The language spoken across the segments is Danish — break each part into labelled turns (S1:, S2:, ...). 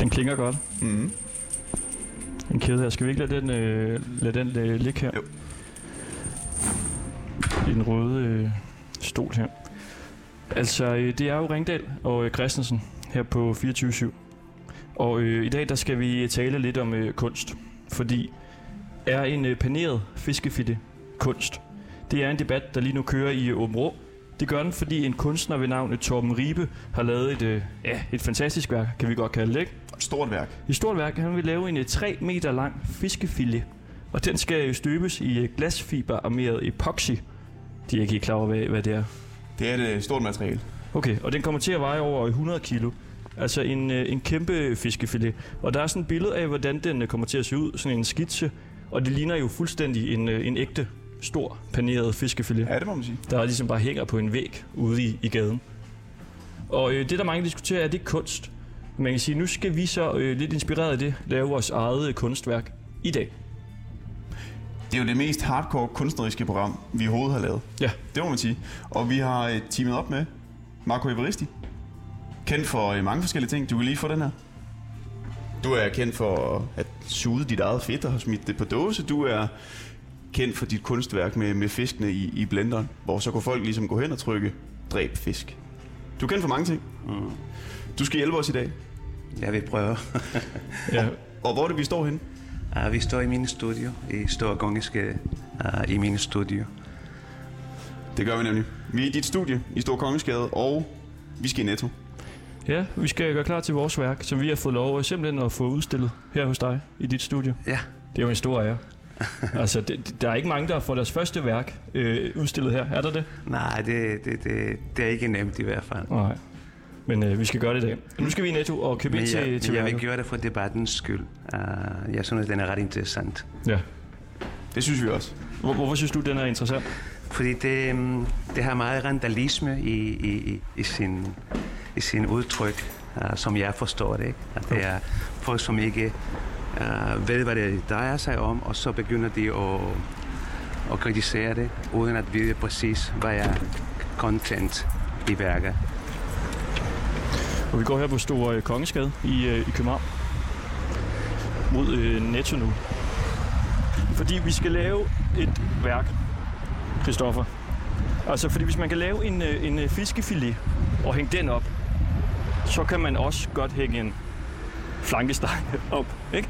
S1: Den klinger godt.
S2: Mm.
S1: En kæde her. Skal vi ikke lade den, øh, lade den øh, ligge her?
S2: Jo.
S1: I den røde øh, stol her. Altså, øh, det er jo Ringdal og øh, Christensen her på 24-7. Og øh, i dag, der skal vi tale lidt om øh, kunst. Fordi er en øh, paneret fiskefitte kunst? Det er en debat, der lige nu kører i øh, Åben Rå. Det gør den, fordi en kunstner ved navn øh, Torben Ribe har lavet et, øh, ja, et fantastisk værk, kan vi godt kalde det, ikke?
S2: Et Stort værk.
S1: I stort værk, han vil lave en øh, 3 meter lang fiskefilet, og den skal øh, støbes i øh, glasfiberarmeret epoxy. De er ikke helt klar over, hvad, hvad det er.
S2: Det er et øh, stort materiale.
S1: Okay, og den kommer til at veje over 100 kilo. Altså en, øh, en kæmpe fiskefilet. Og der er sådan et billede af, hvordan den øh, kommer til at se ud, sådan en skitse. Og det ligner jo fuldstændig en, øh, en ægte, stor, paneret fiskefilet
S2: Ja, det må man sige.
S1: der ligesom bare hænger på en væg ude i, i gaden. Og øh, det, der mange diskuterer, er det er kunst. Man kan sige, nu skal vi så øh, lidt inspireret af det lave vores eget øh, kunstværk i dag.
S2: Det er jo det mest hardcore kunstneriske program, vi overhovedet har lavet.
S1: Ja,
S2: Det må man sige. Og vi har øh, teamet op med Marco Evaristi. Kendt for øh, mange forskellige ting. Du kan lige få den her. Du er kendt for at suge dit eget fedt og have smidt det på dåse. Du er kendt for dit kunstværk med, med fiskene i, i blenderen, hvor så kunne folk ligesom gå hen og trykke dræb fisk. Du er kendt for mange ting.
S3: Mm.
S2: Du skal hjælpe os i dag.
S3: Jeg vil prøve.
S1: ja.
S2: Og hvor er det, vi står henne?
S3: uh, vi står i min studio, i Store Kongeske, uh, i min studio.
S2: Det gør vi nemlig. Vi er i dit studie i Stor Kongensgade, og vi skal i Netto.
S1: ja vi skal gøre klar til vores værk, som vi har fået lov øh, simpelthen at få udstillet her hos dig i dit studie.
S3: Ja,
S1: Det er jo en stor ære. altså, det, det- der er ikke mange, der får deres første værk øh, udstillet her. Er der det?
S3: nej, det, det, det, det er ikke nemt i hvert fald.
S1: Nej. Men øh, vi skal gøre det i dag. Nu skal vi i Netto og købe
S3: Men
S1: ind til,
S3: jeg,
S1: til
S3: men jeg vil
S1: værket.
S3: gøre det for debattens skyld. Uh, jeg synes, den er ret interessant.
S1: Ja.
S2: Det synes vi også.
S1: Hvor, hvorfor synes du, den er interessant?
S3: Fordi det, mm, det har meget randalisme i, i, i, i, sin, i sin udtryk, uh, som jeg forstår det. Ikke? At det er folk, som ikke uh, ved, hvad det drejer sig om, og så begynder de at, at kritisere det, uden at vide præcis, hvad er content i værket.
S1: Og vi går her på Store øh, Kongensgade i, øh, i København mod øh, Netto nu. Fordi vi skal lave et værk, Christoffer. Altså, fordi hvis man kan lave en, øh, en øh, fiskefilet og hænge den op, så kan man også godt hænge en flankesteg op, ikke?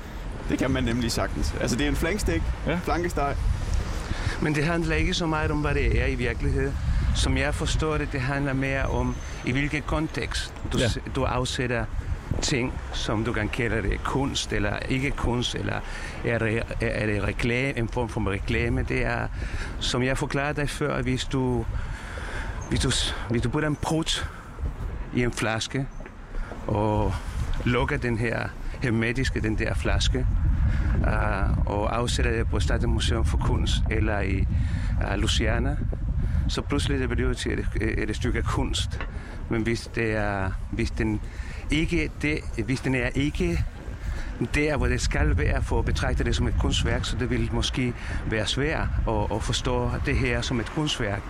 S2: Det kan man nemlig sagtens. Altså, det er en flankstik,
S1: Ja.
S2: ja. flankesteg.
S3: Men det handler ikke så meget om, hvad det er i virkeligheden. Som jeg forstår det, det handler mere om, i hvilken kontekst du,
S1: Ja.
S3: ja. du afsætter ting, som du kan kalde det kunst, eller ikke kunst, eller er det, er det reklame, en form for reklame. Det er, som jeg forklarede dig før, hvis du, hvis du, hvis du putter en prut i en flaske, og lukker den her hermetiske, den der flaske, uh, og afsætter det på Staten Museum for Kunst eller i uh, Luciana, så pludselig det bliver det til et, et, et stykke kunst. Men hvis, det er, hvis, den ikke det, hvis den er ikke der, hvor det skal være for at betragte det som et kunstværk, så det vil måske være svært at, at forstå det her som et kunstværk.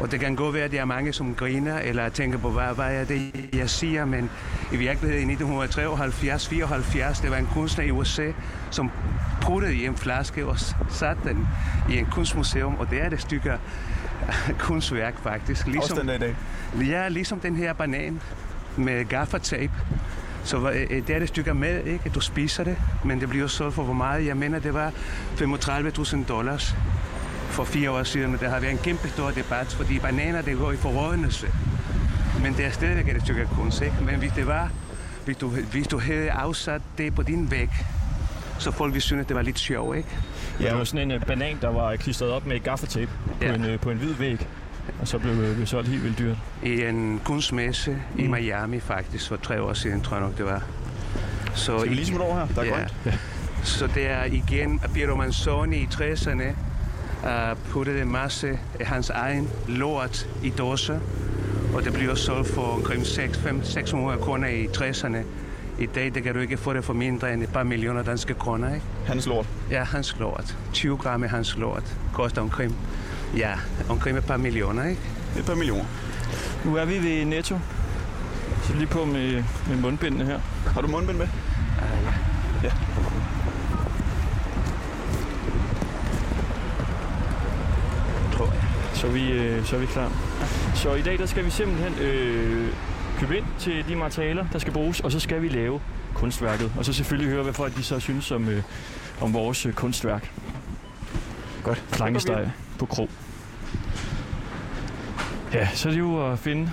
S3: Og det kan godt være, at der er mange, som griner eller tænker på, hvad, hvad er det, jeg siger, men i virkeligheden i 1973-74, det var en kunstner i USA, som puttede i en flaske og s- satte den i en kunstmuseum, og det er det stykker kunstværk faktisk. Ligesom
S2: Også den dag i dag.
S3: Ja, ligesom den her banan med gaffatape. Så øh, øh, det er det stykker med, ikke? at du spiser det, men det bliver solgt for hvor meget. Jeg mener, det var 35.000 dollars for fire år siden, men der har været en kæmpe stor debat, fordi bananer, det går i forrådnelse. Men det er stadigvæk et stykke kunst, ikke? Men hvis det var, hvis du, hvis du havde afsat det på din væg, så folk ville synes, at det var lidt sjovt, ikke?
S1: Ja. Det var sådan en øh, banan, der var klistret op med gaffatape ja. på,
S3: Ja.
S1: en, øh, på en hvid væg, og så blev øh, solgt helt vildt dyrt.
S3: i en kunstmesse mm. i Miami faktisk for tre år siden, tror jeg nok det var. Så,
S2: Skal vi lige smutte over her? Der er
S3: ja.
S2: grønt.
S3: Så det er igen at Piero Manzoni i 60'erne uh, puttede en masse af hans egen lort i dåser, og det bliver solgt for omkring 6 5 600 kroner i 60'erne. I dag det kan du ikke få det for mindre end et par millioner danske kroner, ikke?
S2: Hans lort.
S3: Ja, hans lort. 20 gram af hans lort koster omkring, ja, omkring et par millioner, ikke?
S2: Et par millioner.
S1: Nu er vi ved Netto. Så lige på med, med mundbindene her.
S2: Har du mundbind med?
S3: Ah, ja. Tror jeg.
S1: Så er vi, øh, så er vi klar. Så i dag der skal vi simpelthen øh, købe ind til de materialer, der skal bruges, og så skal vi lave kunstværket. Og så selvfølgelig høre, hvad folk de så synes om, øh, om vores øh, kunstværk.
S2: Godt.
S1: Plankesteg på krog. Ja, så er det jo at finde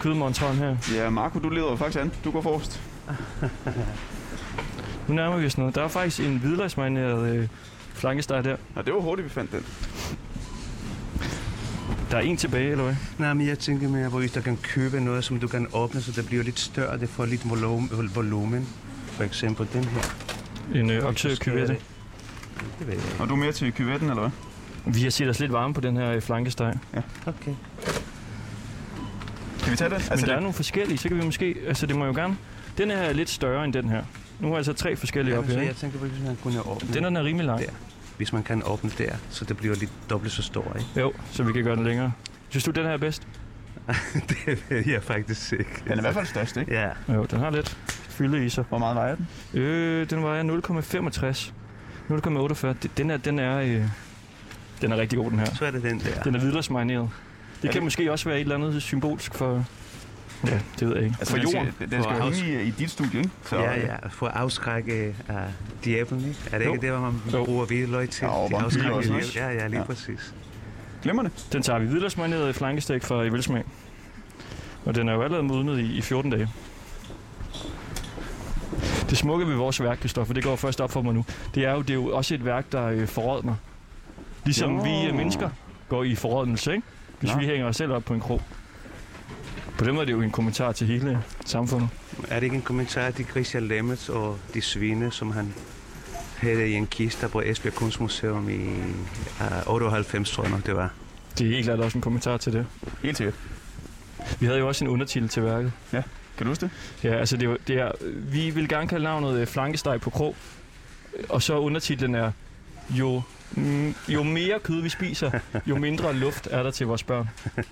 S1: kødmonteren her.
S2: Ja, Marco, du leder jo faktisk an. Du går forrest.
S1: Nu nærmer vi os noget. Der er faktisk en hvidløgsmarineret øh, flankesteg der.
S2: Nå, det var hurtigt, vi fandt den.
S1: Der er en tilbage, eller hvad?
S3: Nej, men jeg tænker mere, hvorvidt der kan købe noget, som du kan åbne, så det bliver lidt større, det får lidt volum- volumen. For eksempel den her.
S1: En øh,
S3: Så sker
S1: oksekøvette.
S3: det. Det ved jeg ikke.
S2: Og du er mere til kyvetten, eller hvad?
S1: Vi har set os lidt varme på den her øh, flankesteg.
S3: Okay.
S2: Kan vi tage det?
S1: Altså, Men der er
S2: det,
S1: nogle forskellige, så kan vi måske... Altså, det må jo gerne... Den her er lidt større end den her. Nu har jeg altså tre forskellige op
S3: Jamen, så
S1: her. ikke?
S3: jeg tænker, på, hvis man kunne åbne
S1: Den er, den er rimelig lang.
S3: Der. hvis man kan åbne der, så det bliver lidt dobbelt så stor, ikke?
S1: Jo, så vi kan gøre den længere. Synes du, den her er bedst?
S3: det ved jeg faktisk ikke.
S2: den er i hvert fald størst, ikke?
S3: Ja,
S1: Jo, den har lidt fylde i sig.
S2: Hvor meget vejer den?
S1: Øh, den vejer 0,65. 0,48. Det- Den er, den er, øh, den er rigtig god, den her.
S3: så er det den der.
S1: Den er hvidløgsmarineret. Det
S2: Er
S1: kan
S2: det-
S1: måske også være et eller andet symbolsk for... Ja, det ved jeg ikke.
S2: Altså,
S3: For
S2: den skal-
S3: jorden.
S2: Den skal
S3: For
S2: jo
S3: house.
S2: hænge i, i dit studie, ikke? Så,
S3: Ja, ja, for at afskrække uh, djævlen, ikke? Er det
S1: Jo.
S3: ikke det, hvor man
S1: Jo.
S3: bruger hvidløg til?
S2: Ja, og
S3: til
S2: vampyrer
S3: at afskrække
S2: og sådan noget.
S3: djævlen? Ja, ja, lige
S2: Ja.
S3: præcis.
S2: Glemmer det.
S1: Den tager vi hvidløgsmarineret flankestik fra i velsmag. Og den er jo allerede modnet i, i 14 dage. Det smukke ved vores værk, Kristoffer, det går først op for mig nu, det er jo, det er jo også et værk, der øh, forråder mig. Ligesom
S2: Nå.
S1: vi øh, mennesker går i forrådnelse, ikke? Hvis
S2: Nå.
S1: vi hænger os selv op på en krog. På den måde er det jo en kommentar til hele samfundet.
S3: Er det ikke en kommentar til Christian Lemmets og de svine, som han havde i en kiste på Esbjerg Kunstmuseum i uh, 98, tror jeg nok, det var?
S1: Det er helt klart også en kommentar til det.
S2: Helt sikkert.
S1: Vi havde jo også en undertitel til værket.
S2: Kan du huske det?
S1: Ja, altså det, er jo- det er, vi vil gerne kalde navnet øh, flankesteg på krog, og så undertitlen er, jo, mm, jo mere kød vi spiser, jo mindre luft er der til vores børn.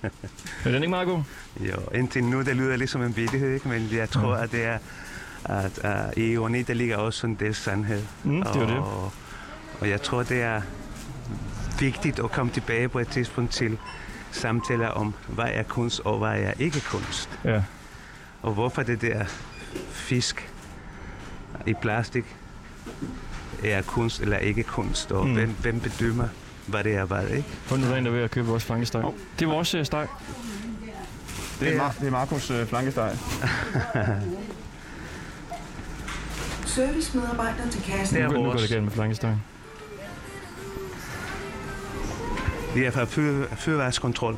S1: Er den ikke meget god?
S3: Jo, indtil nu, det lyder lidt som en vittighed, ikke? Men jeg tror,
S1: Mm.
S3: at det er, at uh, i ironi, der ligger også en del sandhed.
S1: Mm, det er jo det.
S3: Og, og jeg tror, det er vigtigt at komme tilbage på et tidspunkt til samtaler om, hvad er kunst og hvad er ikke kunst.
S1: Ja.
S3: Og hvorfor det der fisk i plastik er kunst eller ikke kunst. Og
S1: Mm.
S3: mm. hvem, hvem bedømmer, hvad det er hvad, ikke?
S1: Få nu der er en, der er ved at købe vores flankesteg.
S2: Hov.
S1: Det er vores øh, steg.
S2: Det er,
S3: Ja.
S2: Mar- det er Marcos øh, flankesteg.
S4: Servicemedarbejder til kassen.
S3: Det
S1: Nu,
S3: er
S1: går- nu går
S3: vores.
S1: det galt med flankestegen.
S3: Vi er fra fyr, fyrværkskontrol.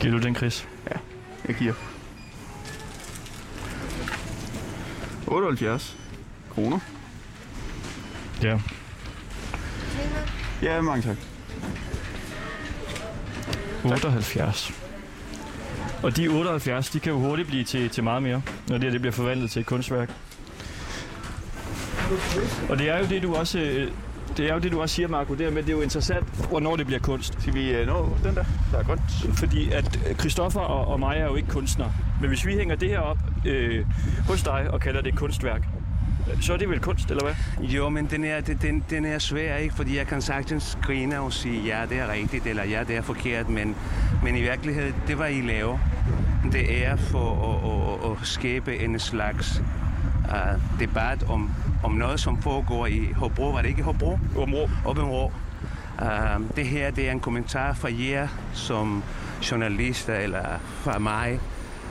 S1: Giver du den, Chris?
S2: Jeg giver. 78 kroner.
S1: Ja.
S2: Ja, mange tak.
S1: 78. Og de 78, de kan jo hurtigt blive til, til meget mere, når det her det bliver forvandlet til et kunstværk. Og det er jo det, du også, øh, det er jo det, du også siger, Marco, det her med, det er jo interessant, hvornår det bliver kunst.
S2: Skal vi øh, nå den der? Der er grønt.
S1: Fordi at øh, Christoffer og, og mig er jo ikke kunstnere. Men hvis vi hænger det her op øh, hos dig og kalder det et kunstværk, øh, så er det vel kunst, eller hvad?
S3: Jo, men den er, den- den, den er svær, ikke? Fordi jeg kan sagtens grine og sige, ja, det er rigtigt, eller ja, det er forkert, men, men i virkeligheden, det var I laver. Det er for at, at, at, at skabe en slags uh, debat om, om noget, som foregår i Hobro. Var det ikke i Hobro?
S1: Områ.
S3: Open Raw. Uh, det her det er en kommentar fra jer som journalister eller fra mig,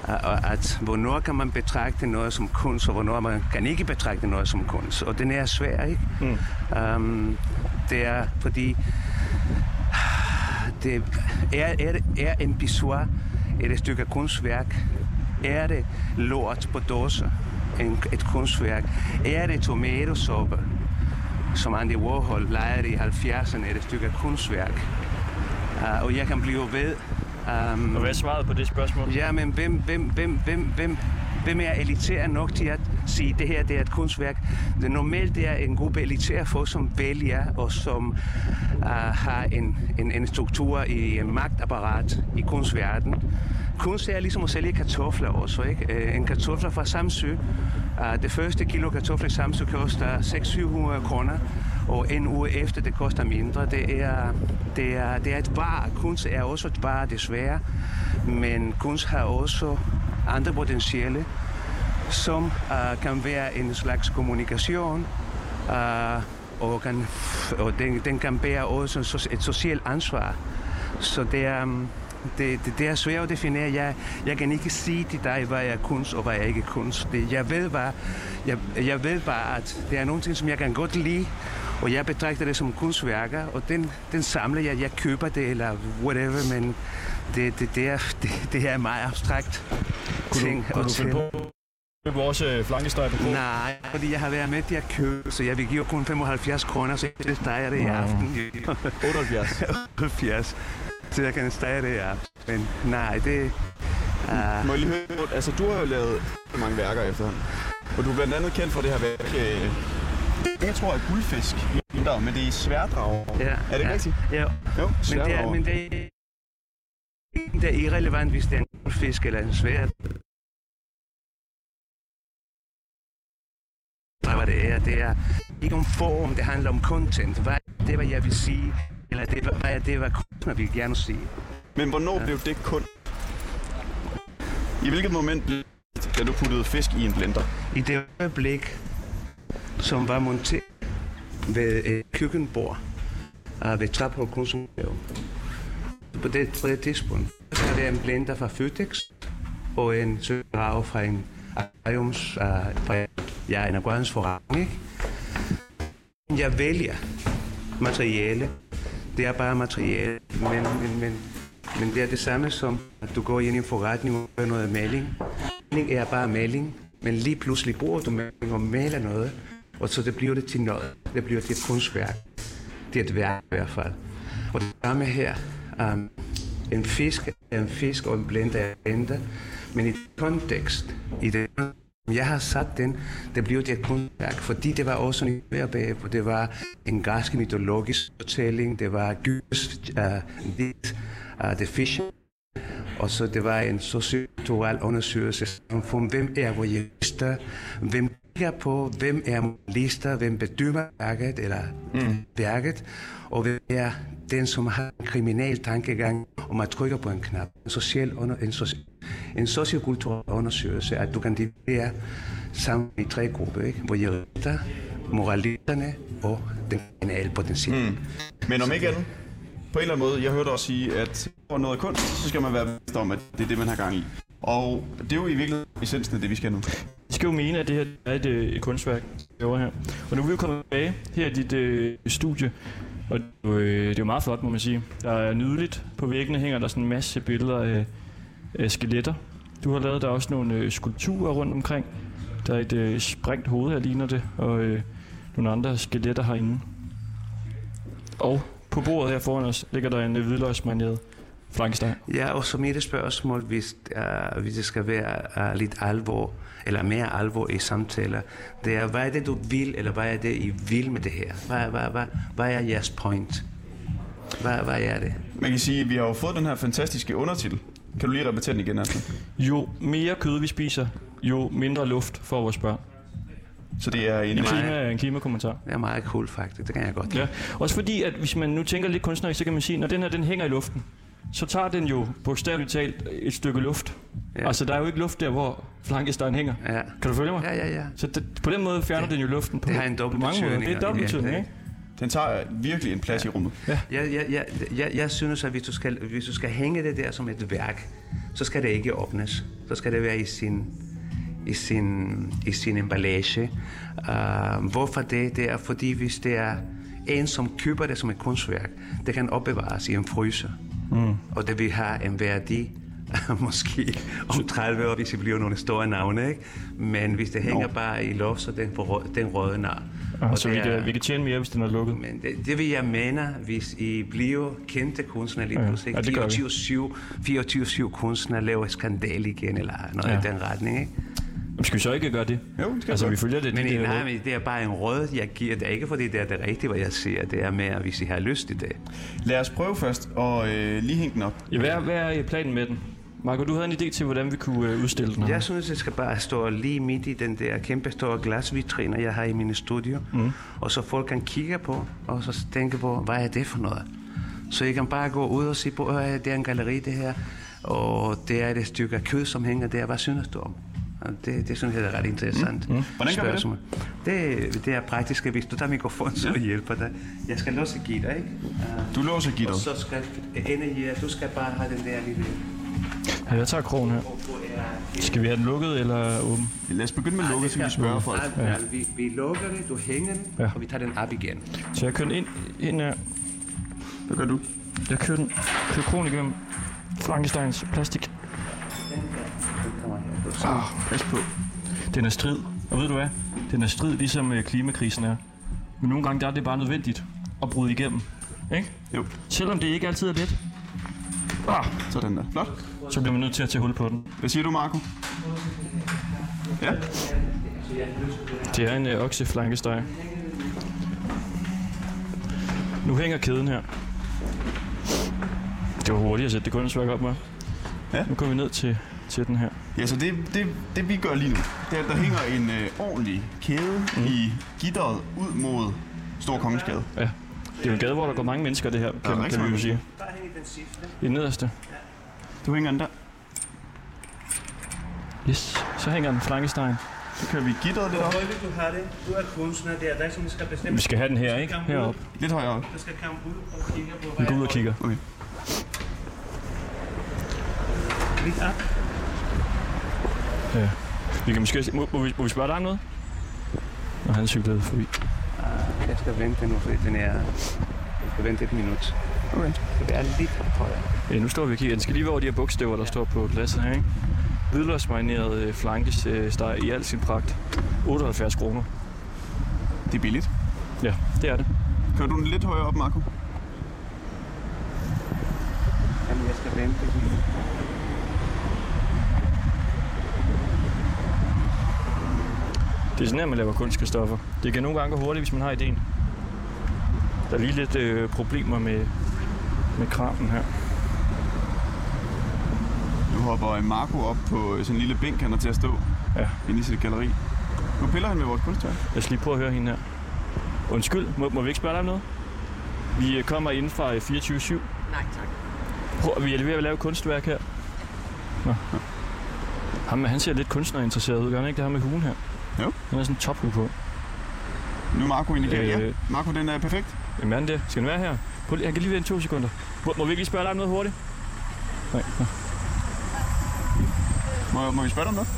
S3: uh, og at hvornår kan man betragte noget som kunst, og hvornår man kan ikke betragte noget som kunst. Og den er svær, ikke?
S1: Mm.
S3: Um, det er fordi, det er, er, det- er en pissoir et stykke kunstværk? Er det lort på dåser? En, et kunstværk? Er det tomatosuppe, som Andy Warhol legede i 70'erne et stykke kunstværk? Uh, og jeg kan blive ved. Um,
S1: Og hvad er svaret på det spørgsmål?
S3: Ja, men hvem, hvem, hvem, hvem, hvem, hvem er elitær nok til at sige, at det her det er et kunstværk? Det normalt det er en gruppe elitære folk, som vælger og som uh, har en, en, en struktur i en magtapparat i kunstverdenen kunst er ligesom at sælge kartofler også, ikke? Øh, En kartofler fra Samsø, øh, det første kilo kartofler i Samsø koster 600-700 kroner, og en uge efter det koster mindre. Det er, det er, det er et var. Kunst er også et var, desværre. Men kunst har også andre potentiale, som uh, kan være en slags kommunikation, uh, og, kan, og den, den kan bære også en soci- et socialt ansvar. Så det er, um, det, det, det er svært at definere. Jeg, jeg kan ikke sige til dig, hvad jeg er kunst og hvad jeg ikke er kunst. Det, jeg, ved bare, jeg, jeg ved bare, at det er nogle ting, som jeg kan godt lide, og jeg betragter det som kunstværker, og den, den samler jeg. Jeg køber det, eller whatever, men det, det, det, er, det, det er meget abstrakt ting
S1: Kunne
S3: at
S1: du finde
S3: tænde.
S1: på købe vores øh, flankesteg på krogen?
S3: Nej, fordi jeg har været med til at købe, så jeg vil give kun 75 kroner, så jeg steger det i aften.
S2: 78.
S3: 70. Så jeg kan stege det i aften. Men nej, det... Uh,
S2: Må jeg lige høre, altså du har jo lavet mange værker efterhånden. Og du er blandt andet kendt for det her værk, øh, jeg tror er guldfisk, mindre, men det er sværdrager.
S3: ja,
S2: Er det
S3: ja,
S2: rigtigt?
S3: Ja,
S2: Jo,
S3: men det er,
S2: sværdrager.
S3: men det er, det er irrelevant, hvis det er en fisk eller en svær. Hvad var det er, det er ikke om form, det handler om content. Hvad er det, hvad jeg vil sige? Eller det, hvad er det, hvad kunstner vil gerne sige?
S2: Men hvornår ja. blev det kun? I hvilket moment blev det, da du puttede fisk i en blender?
S3: I det øjeblik, som var monteret ved et køkkenbord og ved Trapholm Kunstmuseum. På det tredje tidspunkt var det en blender fra Føtex og en søgrave fra en akvariums, uh, fra ja, en akvariumsforretning. Ikke? Jeg vælger materiale. Det er bare materiale, men, men, men, men det er det samme som, at du går ind i en forretning og gør noget maling. Maling er bare maling, men lige pludselig bruger du maling og maler noget, og så det bliver det til noget. Det bliver til et kunstværk. Det er et værk i hvert fald. Og det samme her. Um, en fisk er en fisk, og en blender er en blender. Men i kontekst, i det jeg har sat den, det blev det et kunstværk, fordi det var også en mere bagpå. Det var en græsk mytologisk fortælling, det var Gyres uh, dit, uh, The Fish, og så det var en sociokulturel undersøgelse om, hvem er vores jurister, hvem kigger på, hvem er moralister, hvem bedømmer værket, eller mm. værket, og hvem er den, som har en kriminal tankegang, og man trykker på en knap. En, social under, en, soci, en sociokulturel undersøgelse, at du kan dividere sammen i tre grupper, ikke? hvor jurister, moralisterne og den kriminale potentiale. Mm.
S2: Men om ikke andet, på en eller anden måde, jeg hørte også sige, at for noget er kunst, så skal man være bevidst om, at det er det, man har gang i. Og det er jo i virkeligheden essensen af det, vi skal nu.
S1: Jeg skal jo mene, at det her er et, øh, et kunstværk, vi laver her. Og nu er vi jo kommet tilbage her i dit øh, studie, og det er jo, øh, det er jo meget flot, må man sige. Der er nydeligt. På væggene hænger der sådan en masse billeder af, af skeletter. Du har lavet der er også nogle øh, skulpturer rundt omkring. Der er et øh, sprængt hoved, her ligner det, og øh, nogle andre skeletter herinde. Og på bordet her foran os ligger der en øh, hvidløgsmarineret flankesteg.
S3: Ja, og som et spørgsmål, hvis, uh, hvis det skal være uh, lidt alvor, eller mere alvor i samtaler, det er, hvad er det, du vil, eller hvad er det, I vil med det her? Hvad, hvad, hvad, hvad er jeres point? Hvad, hvad er det?
S2: Man kan sige, at vi har jo fået den her fantastiske undertitel. Kan du lige repetere den igen, altså?
S1: Jo mere kød vi spiser, jo mindre luft får vores børn.
S2: Så det er en... øh,
S1: En,
S3: Nej.
S1: klima, en klimakommentar.
S3: Det er meget cool, faktisk. Det kan jeg godt lide.
S1: Ja. Også fordi, at hvis man nu tænker lidt kunstnerisk, så kan man sige, når den her den hænger i luften, så tager den jo bogstaveligt talt et stykke luft.
S3: Ja.
S1: Ja. Altså, der er jo ikke luft der, hvor flankestegen hænger.
S3: Ja,
S1: Kan du følge mig?
S3: ja, ja. ja.
S1: Så det, på den måde fjerner
S3: Det-
S1: den jo luften på,
S3: det har en
S1: på
S3: dobbelt
S1: mange måder.
S3: betydning,
S1: Det er
S3: og det
S1: dobbelt
S3: virker,
S1: betydning,
S3: ikke?
S1: ikke?
S2: Den tager virkelig en plads ja. i rummet.
S3: Jeg, jeg, jeg, jeg, jeg synes, at hvis du, skal, hvis du skal hænge det der som et værk, så skal det ikke åbnes. Så skal det være i sin, i sin, i sin emballage. Uh, hvorfor det? Det er fordi, hvis det er en, som køber det som et kunstværk, det kan opbevares i en fryser. Mm. Og det vil have en værdi måske om 30 år, hvis det bliver nogle store navne. Ikke? Men hvis det hænger bare i loft, så den, forrå- den rådner.
S1: Og
S3: Og
S1: så
S3: det
S1: vi
S3: er-
S1: kan, vi kan tjene mere, hvis den er lukket.
S3: men det, det vil jeg mene, hvis I bliver kendte kunstnere lige
S1: Ja,
S3: pludselig.
S1: ja, det gør vi.
S3: 24-7 24-7 kunstnere laver skandal igen, eller noget ja.
S1: Ja.
S3: i den retning. Ikke?
S1: Men skal vi så ikke gøre det?
S2: Jo, det skal
S1: Altså,
S2: vi
S1: vi følger det.
S3: Men,
S1: det,
S3: det,
S1: det
S3: nej, men det er bare en råd, jeg giver. Det er ikke, fordi det er det rigtige, hvad jeg siger. Det er mere, hvis I har lyst til det.
S2: Lad os prøve først og øh, lige hænge den op.
S1: Ja, hvad, er- hvad er planen med den? Marco, du havde en idé til, hvordan vi kunne øh, udstille den her.
S3: Jeg synes, det skal bare stå lige midt i den der kæmpe store glasvitrine, jeg har i mine studier. Mm. Og så folk kan kigge på, og så tænke på, hvad er det for noget? Så jeg kan bare gå ud og sige på, øh, det er en galeri, det her. Og det er et stykke af kød, som hænger der. Hvad synes du om? Og Det, det synes jeg er ret interessant. Mm. Mm.
S2: Hvordan gør vi det?
S3: det? Det, er praktisk, hvis du tager mikrofon, så hjælper dig. Jeg skal låse gitter, ikke? Uh,
S2: Du låser
S3: og
S2: gitteret.
S3: så skal ende i, at du skal bare have den der lille...
S1: Ja, jeg tager krogen her. Skal vi have den lukket eller åben?
S2: Lad os begynde med lukket, så vi kan spørge folk.
S3: Nej, nej, vi, vi lukker det, du hænger den,
S1: Ja.
S3: ja. og vi tager den op igen.
S1: Så jeg kører den ind, ind her.
S2: Hvad gør du?
S1: Jeg kører den. Kører krogen igennem. Frankensteins plastik.
S3: Den kommer her. Så
S1: Ah, pas på. Den er strid. Og ved du hvad? Den er strid, ligesom øh, klimakrisen er. Men nogle gange der er det bare nødvendigt at bryde igennem. Ikke?
S2: Jo,
S1: Selvom det ikke altid er let, ah,
S2: sådan der. Flot.
S1: så bliver man nødt til at tage hul på den.
S2: Hvad siger du, Marco? Ja,
S1: Det er en øh, okseflankesteg. Nu hænger kæden her. Det var hurtigt at sætte det kunstværk op med.
S2: Ja.
S1: Nu går vi ned til, til den her.
S2: ja så det, det, det vi gør lige nu, det er, at der hænger en øh, ordentlig kæde mm. i gitteret ud mod Stor Kongensgade.
S1: Ja. Det er jo en gade, hvor der går mange mennesker, det her, kan,
S2: rigtig
S1: kan vi jo
S2: mange.
S1: sige.
S3: bare hæng i den sidste.
S1: I den nederste.
S2: Du hænger den der.
S1: Yes. Så hænger den flankestegen.
S2: Så kører vi gitteret lidt op.
S3: Hvor vil du have det? Du er kunstner, det er dig, som skal bestemme.
S1: Vi skal have den her, ikke? Heroppe.
S2: Lidt højere op.
S3: Du skal komme ud og kigge på,
S1: Vi går ud og kigger.
S2: Okay.
S3: Lidt op.
S1: Ja. Vi kan måske... Må, må, vi, må vi spørge dig om noget? Når han cyklede forbi.
S3: Jeg skal vente nu, fordi den er... Jeg skal vente et minut.
S2: Okay.
S3: Det er lidt højere.
S1: Ja, nu står vi og kigger. Den skal lige være over de her bogstaver, der står på pladsen her, ikke? Hvidløgsmarineret øh, flankesteg i al sin pragt. 78 kroner.
S2: Det er billigt.
S1: Ja, det er det.
S2: Kører du den lidt højere op, Marco?
S3: Jamen, jeg skal vente et minut.
S1: Det er sådan her, man laver kunst, Christoffer. Det kan nogle gange gå hurtigt, hvis man har idéen. Der er lige lidt øh, problemer med, med kraven her.
S2: Nu hopper øh, Marco op på øh, sådan en lille bænk, han er til at stå
S1: Ja.
S2: inde i sit galleri. Nu piller han ved vores kunstværk.
S1: Lad os lige prøve at høre hende her. Undskyld, må, må vi ikke spørge dig om noget? Vi øh, kommer ind fra øh, 24-7.
S4: Nej, tak.
S1: Prøv, vi er lige ved at lave et kunstværk her. Nå. Ham, han ser lidt kunstnerinteresseret ud, gør han ikke? Det her med hugen her.
S2: Jo.
S1: Han har sådan en tophue på.
S2: Nu er Marco indikerer, øh... ja.
S1: Øh.
S2: Marco, den er perfekt.
S1: Jamen er den det? Skal den være her? Prøv, lige- han kan lige vente to sekunder. Må, må vi ikke lige spørge dig om noget hurtigt? Nej. nå.
S2: Må, må vi spørge dig om noget?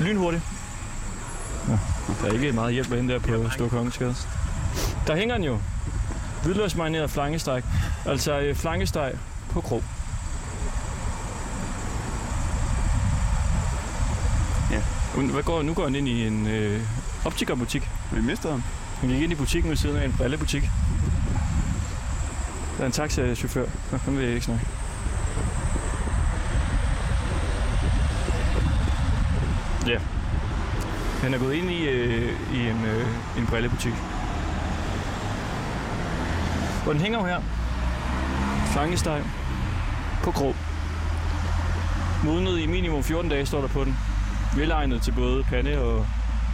S1: Lynhurtigt. Nå. Der er ikke meget hjælp at hente der på Stor Kongensgade. Der hænger den jo. Hvidløgsmarineret flankesteg. Altså øh, flankesteg på krog.
S2: Ja.
S1: Und- Hvad går, nu går han ind i en øh, optikerbutik.
S2: Vi mistede ham.
S1: Han gik ind i butikken ved siden af en brillebutik. Der er en taxachauffør. Nå, han vil ikke snakke. Ja. Han er gået ind i, øh, i en, øh, en brillebutik. Og den hænger jo her. Fangesteg. På grå. Modnet i minimum 14 dage, står der på den. Velegnet til både pande og,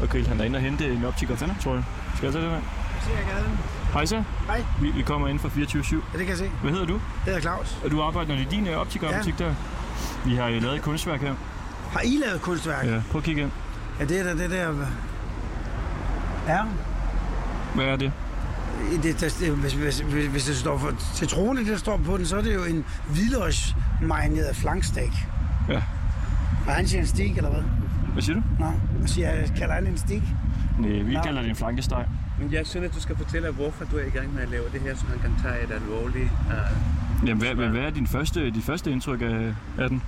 S1: og grill. Han er inde og hente en optiker til tror jeg. Skal jeg tage det med?
S5: ser gaden.
S1: Hej så.
S5: Hej.
S1: Vi, vi kommer ind fra 24-7.
S5: Ja, det kan jeg se.
S1: Hvad hedder du?
S5: Jeg hedder Claus.
S1: Og du arbejder i din øh, optikerbutik der. Vi har øh, lavet et kunstværk her.
S5: Har I lavet kunstværk? Ja,
S1: Ja. Prøv at kigge ind.
S5: ja det er da det der... Ja,
S1: Hvad er det?
S5: i det, der, det- hvis, hvis, hvis, hvis det står for citrone, det der står på den, så er det jo en hvidløgsmarineret flankstek.
S1: Ja.
S5: Og han siger en stik, eller hvad?
S1: Hvad siger du?
S5: Nå, jeg siger, jeg kalder han en stik.
S1: Nej, vi
S5: Nej.
S1: kalder det en flankesteg.
S3: Men jeg synes, at du skal fortælle, hvorfor du er i gang med at lave det her, så man kan tage et alvorligt... Uh,
S1: Jamen, hvad, hvad, hvad er din første, dit første indtryk af, af den?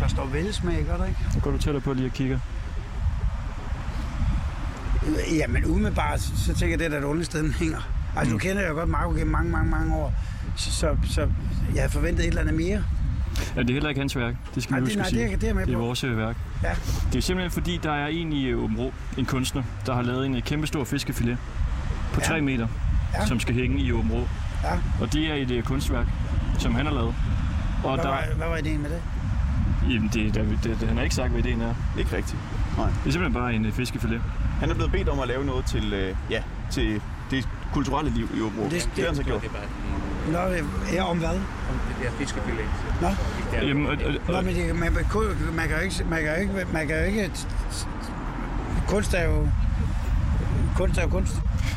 S5: Der står velsmag, gør der ikke?
S1: Nu går du tættere på lige at kigge.
S5: Jamen umiddelbart, så så tænker jeg, det er da et underligt sted, den hænger. Altså,
S1: Mm.
S5: nu kender jeg jo godt Marco gennem mange, mange, mange år. Så, så, så jeg havde forventet et eller andet mere.
S1: Ja, det er heller ikke hans værk. Det skal
S5: Nej,
S1: vi
S5: det,
S1: huske
S5: nej,
S1: at
S5: det,
S1: sige.
S5: er, det er jeg med
S1: Det er
S5: på.
S1: vores øh, værk.
S5: Ja.
S1: Det er simpelthen fordi, der er en i øh, Åben Rå, en kunstner, der har lavet en øh, kæmpestor fiskefilet på
S5: Ja.
S1: 3 meter. ja.
S5: Ja.
S1: som skal hænge i Åben Rå.
S5: Ja.
S1: Og det er et øh, kunstværk, som han har lavet. Og
S5: Hvad,
S1: der,
S5: var, hvad var ideen med det?
S1: jamen, det, der, det, det, han har ikke sagt, hvad ideen er.
S2: Ikke rigtigt.
S1: Det er simpelthen bare en øh, fiskefilet.
S2: Han er blevet bedt om at lave noget til, øh, ja, til det kulturelle liv i Åbenrå. Det, det, det, har han så gjort.
S3: Det var
S5: Nå, ja, om hvad?
S3: om det der fiskefilet.
S5: Nå,
S1: Jamen, og, og,
S5: Nå
S1: og,
S5: men det, man, man, kunne- man, kan jo ikke... Man kan jo ikke, man kan jo ikke kunst er jo... Kunst er jo kunst.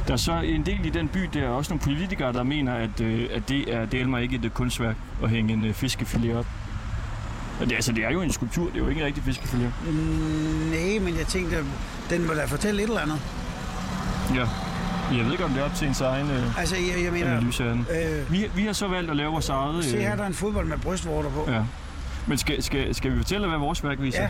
S1: der er så en del i den by, der er også nogle politikere, der mener, at, øh, at det er del mig ikke et øh, kunstværk at hænge en øh, fiskefilet op. Og det, altså, det er jo en skulptur, det er jo ikke en rigtig fiskefilet.
S5: Mm, Nej, men jeg tænkte, at den må da fortælle et eller andet.
S1: Ja. Jeg ved ikke, om det er op til ens egen øh,
S5: Altså, jeg, jeg mener...
S1: analyse af den.
S5: Øh,
S1: Vi, vi har så valgt at lave vores eget... Øh,
S5: se her, der er en fodbold med brystvorter på.
S1: Ja. Men skal, skal, skal vi fortælle, hvad vores værk viser?
S5: Ja,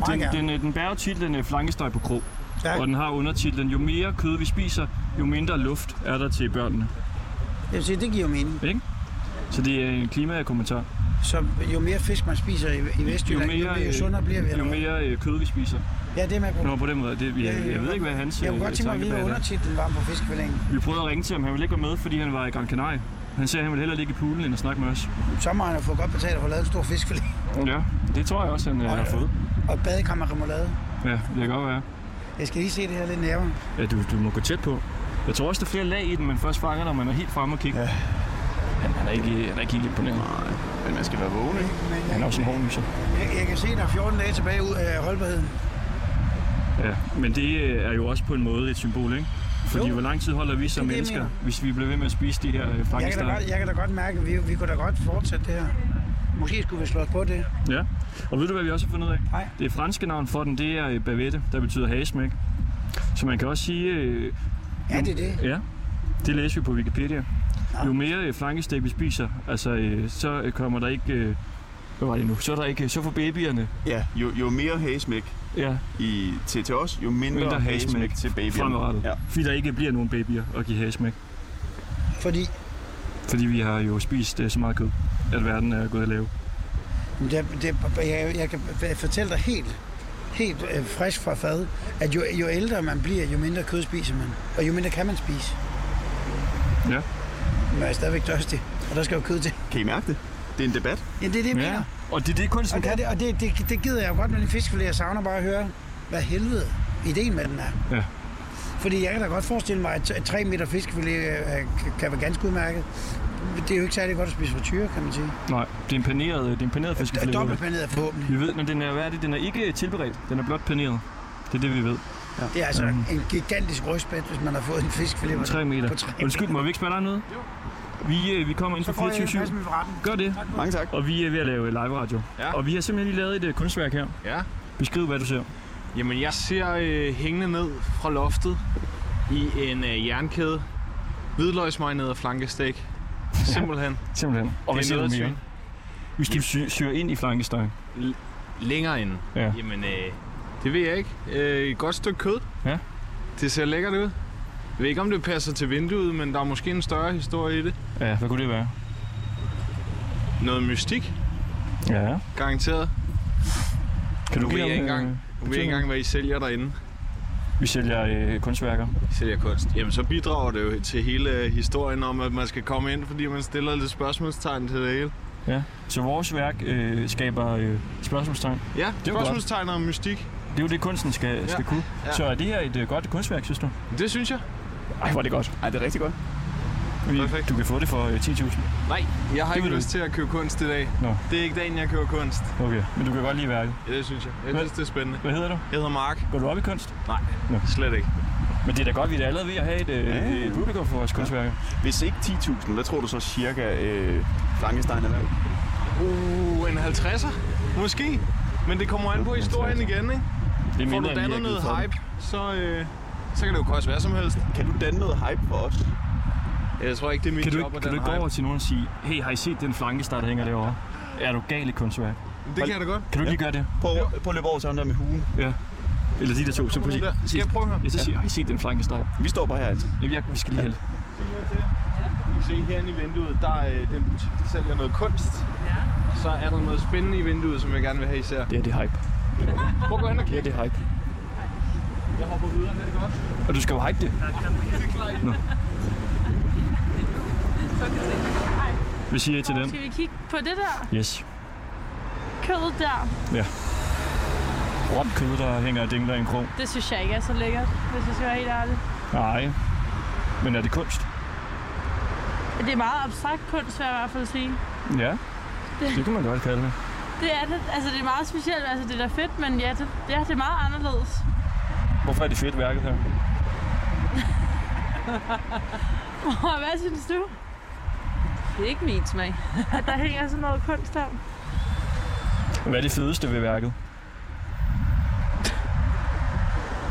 S5: meget
S1: den,
S5: gerne.
S1: den, øh, den bærer titlen øh, Flankesteg på krog,
S5: Ja,
S1: og den har undertitlen Jo mere kød vi spiser, jo mindre luft er der til børnene.
S5: jeg vil sige, det giver jo mening.
S1: Så det er en klimakommentar.
S5: Så jo mere fisk man spiser i, i Vestjylland, jo, mere, jo
S1: øh,
S5: sundere bliver vi.
S1: jo
S5: eller hvad?
S1: mere øh, kød vi spiser.
S5: Ja, det er med på.
S1: Nå, på den måde. Det, jeg, jeg ved ikke, hvad hans
S5: Jeg kunne
S1: øh,
S5: godt tænke mig at
S1: tanke
S5: vide,
S1: bag
S5: hvad
S1: det er.
S5: undertitlen var på fiskeforlængen.
S1: Vi prøvede at ringe til ham. Han ville ikke være med, fordi han var i Gran Canaria. Han sagde, at han ville hellere ligge i poolen, end at snakke med os.
S5: Så må han have fået godt betalt for at lave en stor fiskeforlæng.
S1: Ja, det tror jeg også, han øh, har fået.
S5: Og et badekar med remoulade.
S1: Ja, det kan godt være.
S5: Jeg skal lige se det her lidt nærmere.
S1: Ja, du, du må gå tæt på. Jeg tror også, der er flere lag i den, men først fanger, når man er helt fremme og kigger. Ja. Han, han, er ikke, han er ikke helt imponeret.
S2: Men man skal være vågen, ikke?
S5: Men
S1: Han er også en hård nyser.
S5: jeg, jeg kan se, der er 14 dage tilbage ud af holdbarheden.
S1: Ja, men det øh, er jo også på en måde et symbol, ikke? Fordi
S5: Jo.
S1: jo. hvor lang tid holder vi som
S5: Det er det, jeg
S1: mennesker,
S5: mener.
S1: hvis vi bliver ved med at spise de her øh,
S5: Jeg kan, da
S1: flankesteg?
S5: godt, jeg kan da godt mærke, at vi, vi kunne da godt fortsætte det her. Måske skulle vi slå os på det.
S1: Ja. Og ved du, hvad vi også har fundet ud af?
S5: Nej.
S1: Det franske navn for den, det er øh, bavette, der betyder hagesmæk. Så man kan også sige... Øh,
S5: Ja, det er det.
S1: ja, det læser vi på Wikipedia. Jo mere øh, flankesteg vi spiser, altså, øh, så øh, kommer der ikke... Øh, hvad var det nu? Så er der ikke... Så får babyerne...
S2: Ja, jo, jo mere hagesmæk
S1: Ja,
S2: i, til, til os, jo mindre,
S1: Mindre
S2: mindre
S1: hagesmæk
S2: hagesmæk til babyen.
S1: fremadrettet.
S2: Ja.
S1: Fordi der ikke bliver nogen babyer at give hagesmæk.
S5: Fordi
S1: Fordi vi har jo spist øh, så meget kød, at verden er gået at lave.
S5: det, det, jeg, jeg kan fortælle dig helt, helt øh, frisk fra fad, at jo, jo ældre man bliver, jo mindre kød spiser man. Og jo mindre kan man spise.
S1: Ja.
S5: Men jeg er stadigvæk tørstig, og der skal jo kød til.
S2: Kan I mærke det? Det er en debat.
S5: Ja, det er det, jeg mener.
S1: Og det, det er kunsten.
S5: Og, der, er det, og det, det, det gider jeg jo godt med den fiskefilet. Jeg savner bare at høre, hvad helvede ideen med den er.
S1: Ja.
S5: Fordi jeg kan da godt forestille mig, at t- at 3 meter fiskefilet øh, kan- kan være ganske udmærket. Det er jo ikke særlig godt at spise for tyre, kan man sige.
S1: Nej, det er en paneret, øh, det er en paneret fiskefilet.
S5: Dobbelt paneret forhåbentlig.
S1: Vi ved, når den er, hvad er det? Den er ikke tilberedt. Den er blot paneret. Det er det, vi ved.
S5: Det er altså en gigantisk rystbæt, hvis man har fået en fiskefilet. på-
S1: 3 meter.
S5: På 3 meter.
S1: Undskyld, må vi ikke spørge dig om noget? Vi, øh, vi kommer ind
S5: Så
S1: på
S5: får jeg en
S1: 24
S5: plads med forretten.
S1: Gør det.
S2: Mange tak.
S1: Og vi er ved at lave live radio.
S4: Ja.
S1: Og vi har simpelthen lige lavet et øh, kunstværk her.
S4: Ja.
S1: Beskriv, hvad du ser.
S4: Jamen, jeg ser øh, hængende ned fra loftet i en øh, jernkæde. Hvidløgsmarineret og flankestik. Simpelthen.
S1: Simpelthen. Og hvad
S4: Det er
S1: ser du
S4: noget
S1: mere?
S4: svin.
S1: Hvis du sy- syr ind i flankesteg.
S4: Længere end.
S1: Ja.
S4: Jamen, øh, det ved jeg ikke. Øh, et godt stykke kød.
S1: Ja.
S4: Det ser lækkert ud. Jeg ved ikke, om det passer til vinduet, men der er måske en større historie i det.
S1: Ja, hvad kunne det være?
S4: Noget mystik,
S1: Ja.
S4: garanteret.
S1: Kan du
S4: Nu ved
S1: give
S4: jeg
S1: ham,
S4: ikke engang,
S1: øh,
S4: nu ved jeg ikke engang, hvad I sælger derinde.
S1: Vi sælger øh, kunstværker.
S4: I Sælger kunst. Jamen, så bidrager det jo til hele øh, historien om, at man skal komme ind, fordi man stiller lidt spørgsmålstegn til det hele.
S1: Ja. Så vores værk øh, skaber øh, spørgsmålstegn.
S4: Ja,
S1: jo
S4: spørgsmålstegn om mystik.
S1: Det er jo det, kunsten skal, ja. skal kunne. Ja.
S4: Ja.
S1: Så er det her et øh, godt kunstværk, synes du?
S4: Det synes jeg.
S1: Ej, var det godt.
S2: Ej, det er rigtig godt.
S1: Vi,
S4: Perfekt.
S1: du kan få det for øh, 10.000.
S4: Nej, jeg har
S1: Det
S4: ikke
S1: vil du
S4: lyst til at købe kunst i dag.
S1: Nå.
S4: Det er ikke dagen, jeg køber kunst.
S1: Okay. Men du kan godt lide værket.
S4: Ja, det synes jeg. Jeg
S1: Hvad?
S4: synes, det er spændende.
S1: Hvad hedder du?
S4: Jeg hedder Mark.
S1: Går du op i kunst?
S4: Nej,
S1: Nå.
S4: slet ikke.
S1: Men det er da godt, vi er da allerede ved at have et, øh, et publikum for vores kunstværker.
S2: Hvis ikke 10.000, hvad tror du så cirka øh, Frankenstein er værd?
S4: Uh, en 50'er? Måske. Men det kommer an på historien igen, ikke?
S1: Det
S4: Får
S1: er
S4: du
S1: mindre, end vi
S4: dannet
S1: har givet
S4: noget
S1: for
S4: hype, så, øh, så kan det jo koste hvad som helst.
S2: Kan du danne noget hype for os?
S4: Jeg tror ikke, det er
S1: den.
S4: mit
S1: Kan du,
S4: job
S1: ikke-
S4: at
S1: kan
S4: danne
S1: du ikke gå
S4: hype.
S1: over til nogen og sige, hey, har I set den flankesteg, der hænger derovre? Er du gal i kunstværk?
S4: Det kan jeg da godt.
S1: Kan du ikke lige gøre det?
S2: Prøv, prøv at løbe over til ham der med hugen.
S1: Ja. Eller de der to, så prøv
S4: Der.
S1: at
S4: Skal jeg prøve her?
S1: Ja, så siger, har I set den flankesteg?
S2: Vi står bare her. altså.
S1: Jamen, jeg, vi skal lige hælde.
S4: Du kan se herinde i vinduet, der er øh, den butik, der sælger noget kunst. Så er der noget spændende i vinduet, som jeg gerne vil have, I ser.
S1: Det er det er hype.
S4: Prøv at gå hen og
S1: Det er
S4: kigge.
S1: det er hype.
S4: Jeg hopper videre, det er godt.
S1: Og du skal jo hype det. Nå. Hvad siger I til den?
S6: Skal vi kigge på det der
S1: Yes.
S6: kød der?
S1: Råt kød, der hænger og dingler i en krog.
S6: Det synes jeg ikke er så lækkert, hvis jeg skal være helt ærlig.
S1: Nej. Men er det kunst?
S6: Det er meget abstrakt kunst, vil jeg i hvert fald sige.
S1: Ja. Det kan man godt kalde det.
S6: Det er det. Altså, det er meget specielt. Altså, det er da fedt, men ja, det, ja, det er meget anderledes.
S1: Hvorfor er det fedt værket her?
S6: Og hvad synes du?
S7: Det er ikke min smag.
S6: At der hænger sådan noget kunst om?
S1: Hvad er det fedeste ved værket?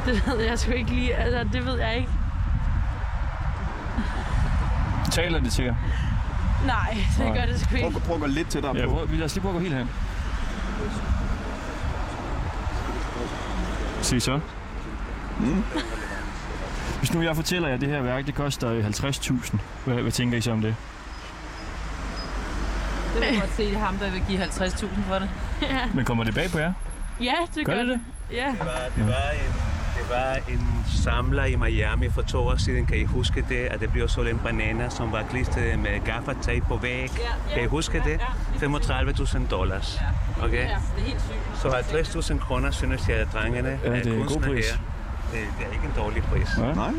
S6: Det ved jeg sgu ikke lige. Altså, det ved jeg ikke.
S1: Taler det til jer?
S6: Nej, det
S1: Nej.
S6: gør det sgu
S2: Prøv,
S6: ikke.
S2: prøv at gå lidt tættere
S1: Ja,
S2: på.
S1: prøv, lad os lige prøve at gå helt hen. Se så.
S2: Mm.
S1: Hvis nu jeg fortæller jer, at det her værk, det koster øh, 50.000. Hvad, hvad tænker I så om det?
S7: Det vil jeg godt se det er ham, der vil give 50.000 for det.
S6: Ja,
S1: Men kommer det bag på jer?
S6: ja det gør,
S1: Gør det det?
S6: Ja.
S3: Det var, det var en, det var en samler i Miami for to år siden, kan I huske det, at det blev solgt en banana, som var klistret med gaffatape på væg. Kan I huske det? 35.000 dollars. Okay?
S7: Det er helt sygt.
S3: Så 50.000 kroner, synes jeg, at drengene
S1: Ja,
S3: af
S1: det er en god
S3: kunstnere
S1: pris.
S3: her. Det, det er ikke en dårlig pris.
S2: Nej.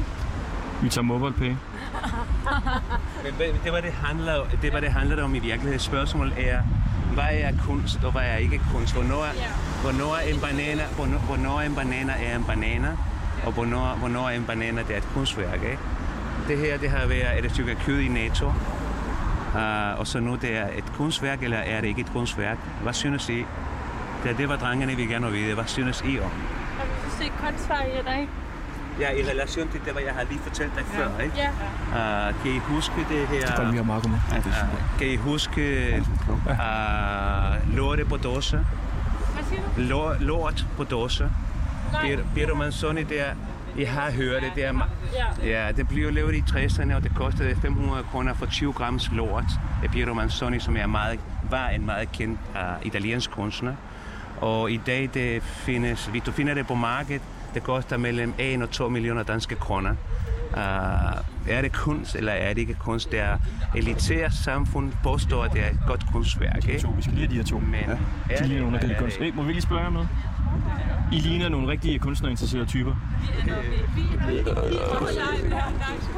S1: Vi tager MobilePay.
S3: Men hvad- det var det, handler, det var det handler om i virkeligheden. Spørgsmålet er, hvad er kunst, og hvad er ikke kunst? Hvornår,
S6: Ja.
S3: hvornår, en, banana, hvornår, hvornår en banana er en banana, og hvornår, hvornår en banana det er et kunstværk, ikke? Det her, det har været et stykke kød i Netto, uh, og så nu det er et kunstværk, eller er det ikke et kunstværk? Hvad synes I? Det er det, var drengene vil gerne vide. Hvad synes I om?
S6: Og vi synes, det er kunstfag i dag.
S3: Ja, i relation til det, hvad jeg har lige fortalt dig før, ikke?
S6: Ja.
S3: Uh, kan I huske det her? Ah,
S1: Godt, vi har Marco med.
S2: Ja, det er super.
S3: Kan I huske uh, lorte på dåse?
S6: Hvad siger du?
S3: Lort, lort på dåse. Peter- Peter Manzoni der, I har hørt det der.
S6: Ja.
S3: Ja, det blev lavet i 60'erne, og det kostede 500 kroner for 20 grams lort af Piero Manzoni, som er meget, var en meget kendt uh, italiensk kunstner. Og i dag, det findes, hvis du finder det på markedet, det koster mellem 1 og 2 millioner danske kroner. Uh, er det kunst, eller er det ikke kunst? Det er elitært samfund påstår, at det er et godt kunstværk. Ikke?
S1: To, vi skal lige have de her to.
S3: Men ja, er
S1: De ligner nogle af
S3: eller
S1: de
S3: er
S1: kunst.
S3: ikke?
S1: Hey, må vi lige spørge jer med? I ligner nogle rigtige kunstnerinteresserede typer.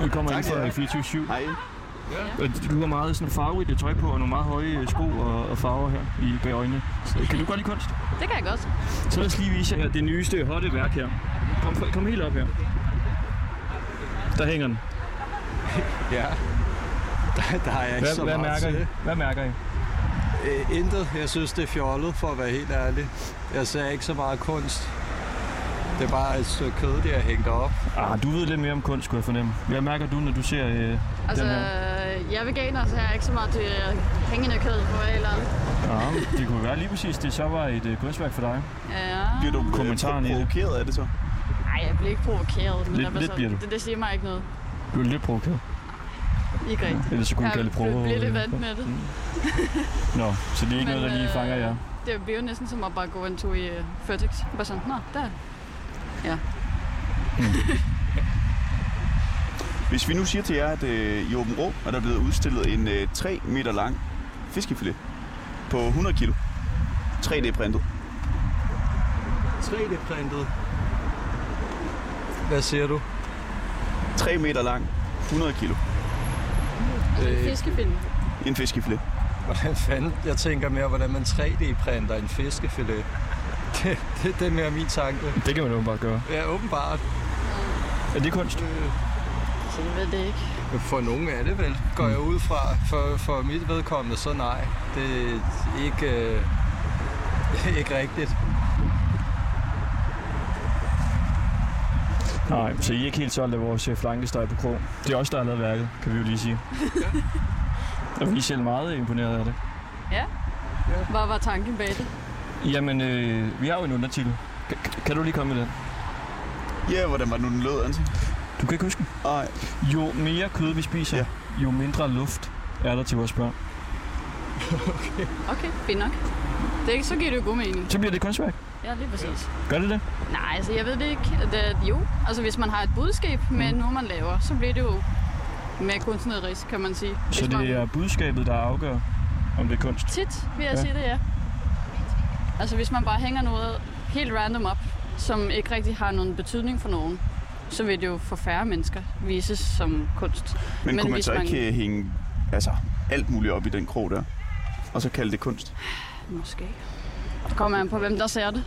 S1: Vi kommer ind fra 24-7.
S2: Hej.
S1: Og Du har meget sådan farverigt tøj på, og nogle meget høje øh, sko og, og farver her i bag øjnene. Så Kan du godt lide kunst?
S7: Det kan jeg godt.
S1: Så lad os lige vise jer det nyeste hotte værk her. Kom, for- kom helt op her. Der hænger den.
S8: Ja. Der, der har jeg ikke
S1: Hvad,
S8: så
S1: hvad,
S8: meget
S1: mærker I?
S8: til.
S1: hvad mærker I?
S8: Øh, intet. Jeg synes, det er fjollet, for at være helt ærlig. Jeg ser ikke så meget kunst. Det er bare et stykke kød, der er hængt op.
S1: Ah, du ved lidt mere om kunst, skulle jeg fornemme. Hvad mærker du, når du ser øh,
S7: Altså,
S1: den her?
S7: jeg er veganer, så jeg er ikke så meget til øh, hængende kød på eller andet.
S1: Ah, det kunne være lige præcis, det så var et øh, kunstværk for dig.
S7: Ja.
S2: Bliver du
S1: Kommentaren
S2: kommentaren
S1: i det.
S2: provokeret af det så?
S7: Nej, jeg bliver ikke provokeret. Men
S1: Lidt-
S7: der var
S1: lidt bliver du.
S7: Det, det siger mig ikke noget.
S1: Du er lidt provokeret.
S7: Ikke rigtigt.
S1: Ellers så kunne vi
S7: Jeg
S1: kalde det provo.
S7: bliver lidt vant med det.
S1: Nå, så det er Mm. ikke
S7: Men,
S1: noget, der lige
S7: øh,
S1: fanger jer.
S7: Det bliver jo næsten som at bare gå en tur i uh, Føtex. Bare sådan, nå, der.
S2: Hvis vi nu siger til jer, at øh, i Åben Rå er der blevet udstillet en øh, 3 meter lang fiskefilet på 100 kilo. 3D-printet.
S8: 3D-printet. Hvad siger du?
S2: 3 meter lang, 100 kilo.
S8: Øh,
S7: Fiskebind.
S2: En fiskefilet.
S8: hvordan fanden? Jeg tænker mere, hvordan man 3D-printer en fiskefilet. Det, det, det er mere min tanke.
S1: Det kan man åbenbart gøre.
S8: Ja, åbenbart.
S1: Er det kunst?
S8: Øh,
S7: Så jeg ved det ikke.
S8: For nogen er det vel, går
S1: Mm.
S8: jeg ud fra. For, for mit vedkommende, så nej. Det er ikke, øh, ikke rigtigt.
S1: Nej, så I er ikke helt solgt af vores øh, flankesteg på krog. Det er også der har lavet værket, kan vi jo lige sige. Og vi er selv meget imponeret af det.
S7: Hvad var tanken bag det?
S1: Jamen, øh, vi har jo en undertitel. Kan, kan du lige komme med den?
S2: Ja, yeah, hvordan var det nu, den lød, Anse?
S1: Du kan ikke huske den.
S2: Ej,
S1: Jo mere kød vi spiser, ja.
S2: Ja.
S1: jo mindre luft er der til vores børn.
S7: Okay, fint nok. Det er ikke, så giver det jo god mening.
S1: Så bliver det kunstværk.
S7: Ja, lige præcis.
S1: Gør det det?
S7: Nej,
S2: Mm.
S7: altså jeg ved det ikke. Det, jo, altså hvis man har et budskab med noget, man laver, så bliver det jo med kunstnerisk, kan man sige.
S1: Så
S7: Hvis man-
S1: det er budskabet, der afgør, om det er kunst.
S7: Tit vil jeg
S1: Ja.
S7: ja. sige det, ja. Altså hvis man bare hænger noget helt random op, som ikke rigtig har nogen betydning for nogen, så vil det jo for færre mennesker vises som kunst.
S2: Men, men kunne man
S7: hvis
S2: så ikke øh, hænge altså, alt muligt op i den krog der? Og så kalde det kunst?
S7: Måske. Det kommer an på, hvem der ser det.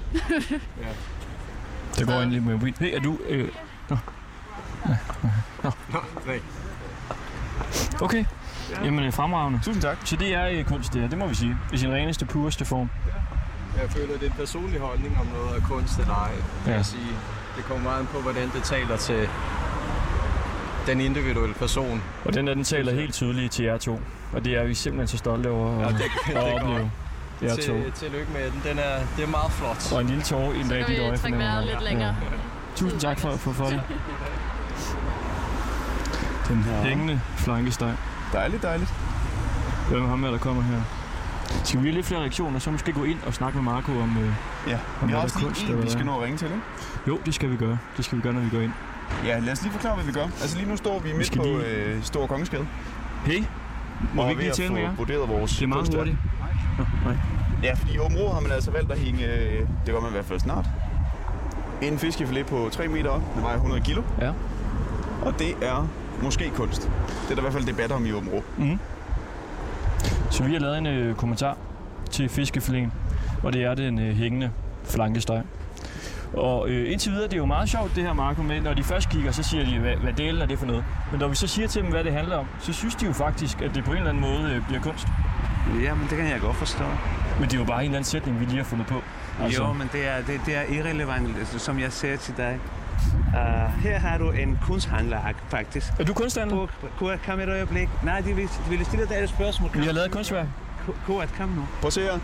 S1: Det går egentlig med weed. Hey, er du... Øh... Nå. Nej. Nå. Okay. Jamen, øh, fremragende.
S2: Tusind tak.
S1: Så det er øh, kunst, det her. Det må vi sige. I sin reneste, pureste form.
S8: Jeg føler, det er en personlig holdning, om noget er kunst eller ej. Ja.
S1: Ja.
S8: Jeg sige. Det kommer meget an på, hvordan det taler til den individuelle person.
S1: Og den der, den taler helt tydeligt til jer to. Og det er vi simpelthen så stolte over at, at opleve. Jer to.
S8: Til, tillykke med den. den er, det er meget flot.
S1: Og en lille tårer en dag i
S7: Så
S1: dit
S7: kan
S1: øje.
S7: vi trække
S1: fornemmer
S7: vejret
S1: jeg.
S7: lidt længere.
S1: Tusind tak for, for, for det. Den her hængende flankesteg.
S2: Dejligt, dejligt.
S1: Hvem er ham her, der kommer her? Skal vi have lidt flere reaktioner, så måske gå ind og snakke med Marco om... Øh...
S2: Ja,
S1: Om
S2: vi har
S1: er der
S2: også lige
S1: kunst,
S2: en,
S1: eller
S2: vi skal
S1: hvad?
S2: nå at ringe til, ikke?
S1: Jo, det skal vi gøre. Det skal vi gøre, når vi går ind.
S2: Ja, lad os lige forklare, hvad vi gør. Altså lige nu står vi midt
S1: skal
S2: på
S1: lige-
S2: øh, Stor Kongeskade.
S1: Hey, må
S2: og
S1: vi
S2: er
S1: ikke
S2: ved
S1: lige
S2: at
S1: tale
S2: få
S1: med jer?
S2: vurderet vores
S1: Det er meget
S2: kunstværk.
S1: hurtigt. Nå, nej.
S2: Ja, fordi i Åben Rå har man altså valgt at hænge, øh, det gør man i hvert fald snart, en fiskefilet på 3 meter op, den vejer 100 kilo.
S1: Ja.
S2: Og det er måske kunst. Det er der i hvert fald debat om i Åben Rå.
S1: Mhm. Så vi har lavet en øh, kommentar til fiskeflæn, og det er den øh, hængende flankesteg. Og øh, indtil videre, det er jo meget sjovt det her, Marco, med når de først kigger, så siger de, hvad, hvad delen er det for noget. Men når vi så siger til dem, hvad det handler om, så synes de jo faktisk, at det på en eller anden måde øh, bliver kunst.
S3: Jamen, det kan jeg godt forstå.
S1: Men det er jo bare en eller anden sætning, vi lige har fundet på.
S3: Altså. Jo, men det er, det, det er irrelevant, altså, som jeg sagde til dig. Uh, her har du en kunsthandler, ak- faktisk.
S1: Er du kunsthandler?
S3: Kurt, Kurt, kom et øjeblik. Nej, de vil, de vil stille dig et spørgsmål.
S1: Vi har lavet et kunstværk.
S3: Ku- Kurt, kom nu.
S2: Prøv at se her.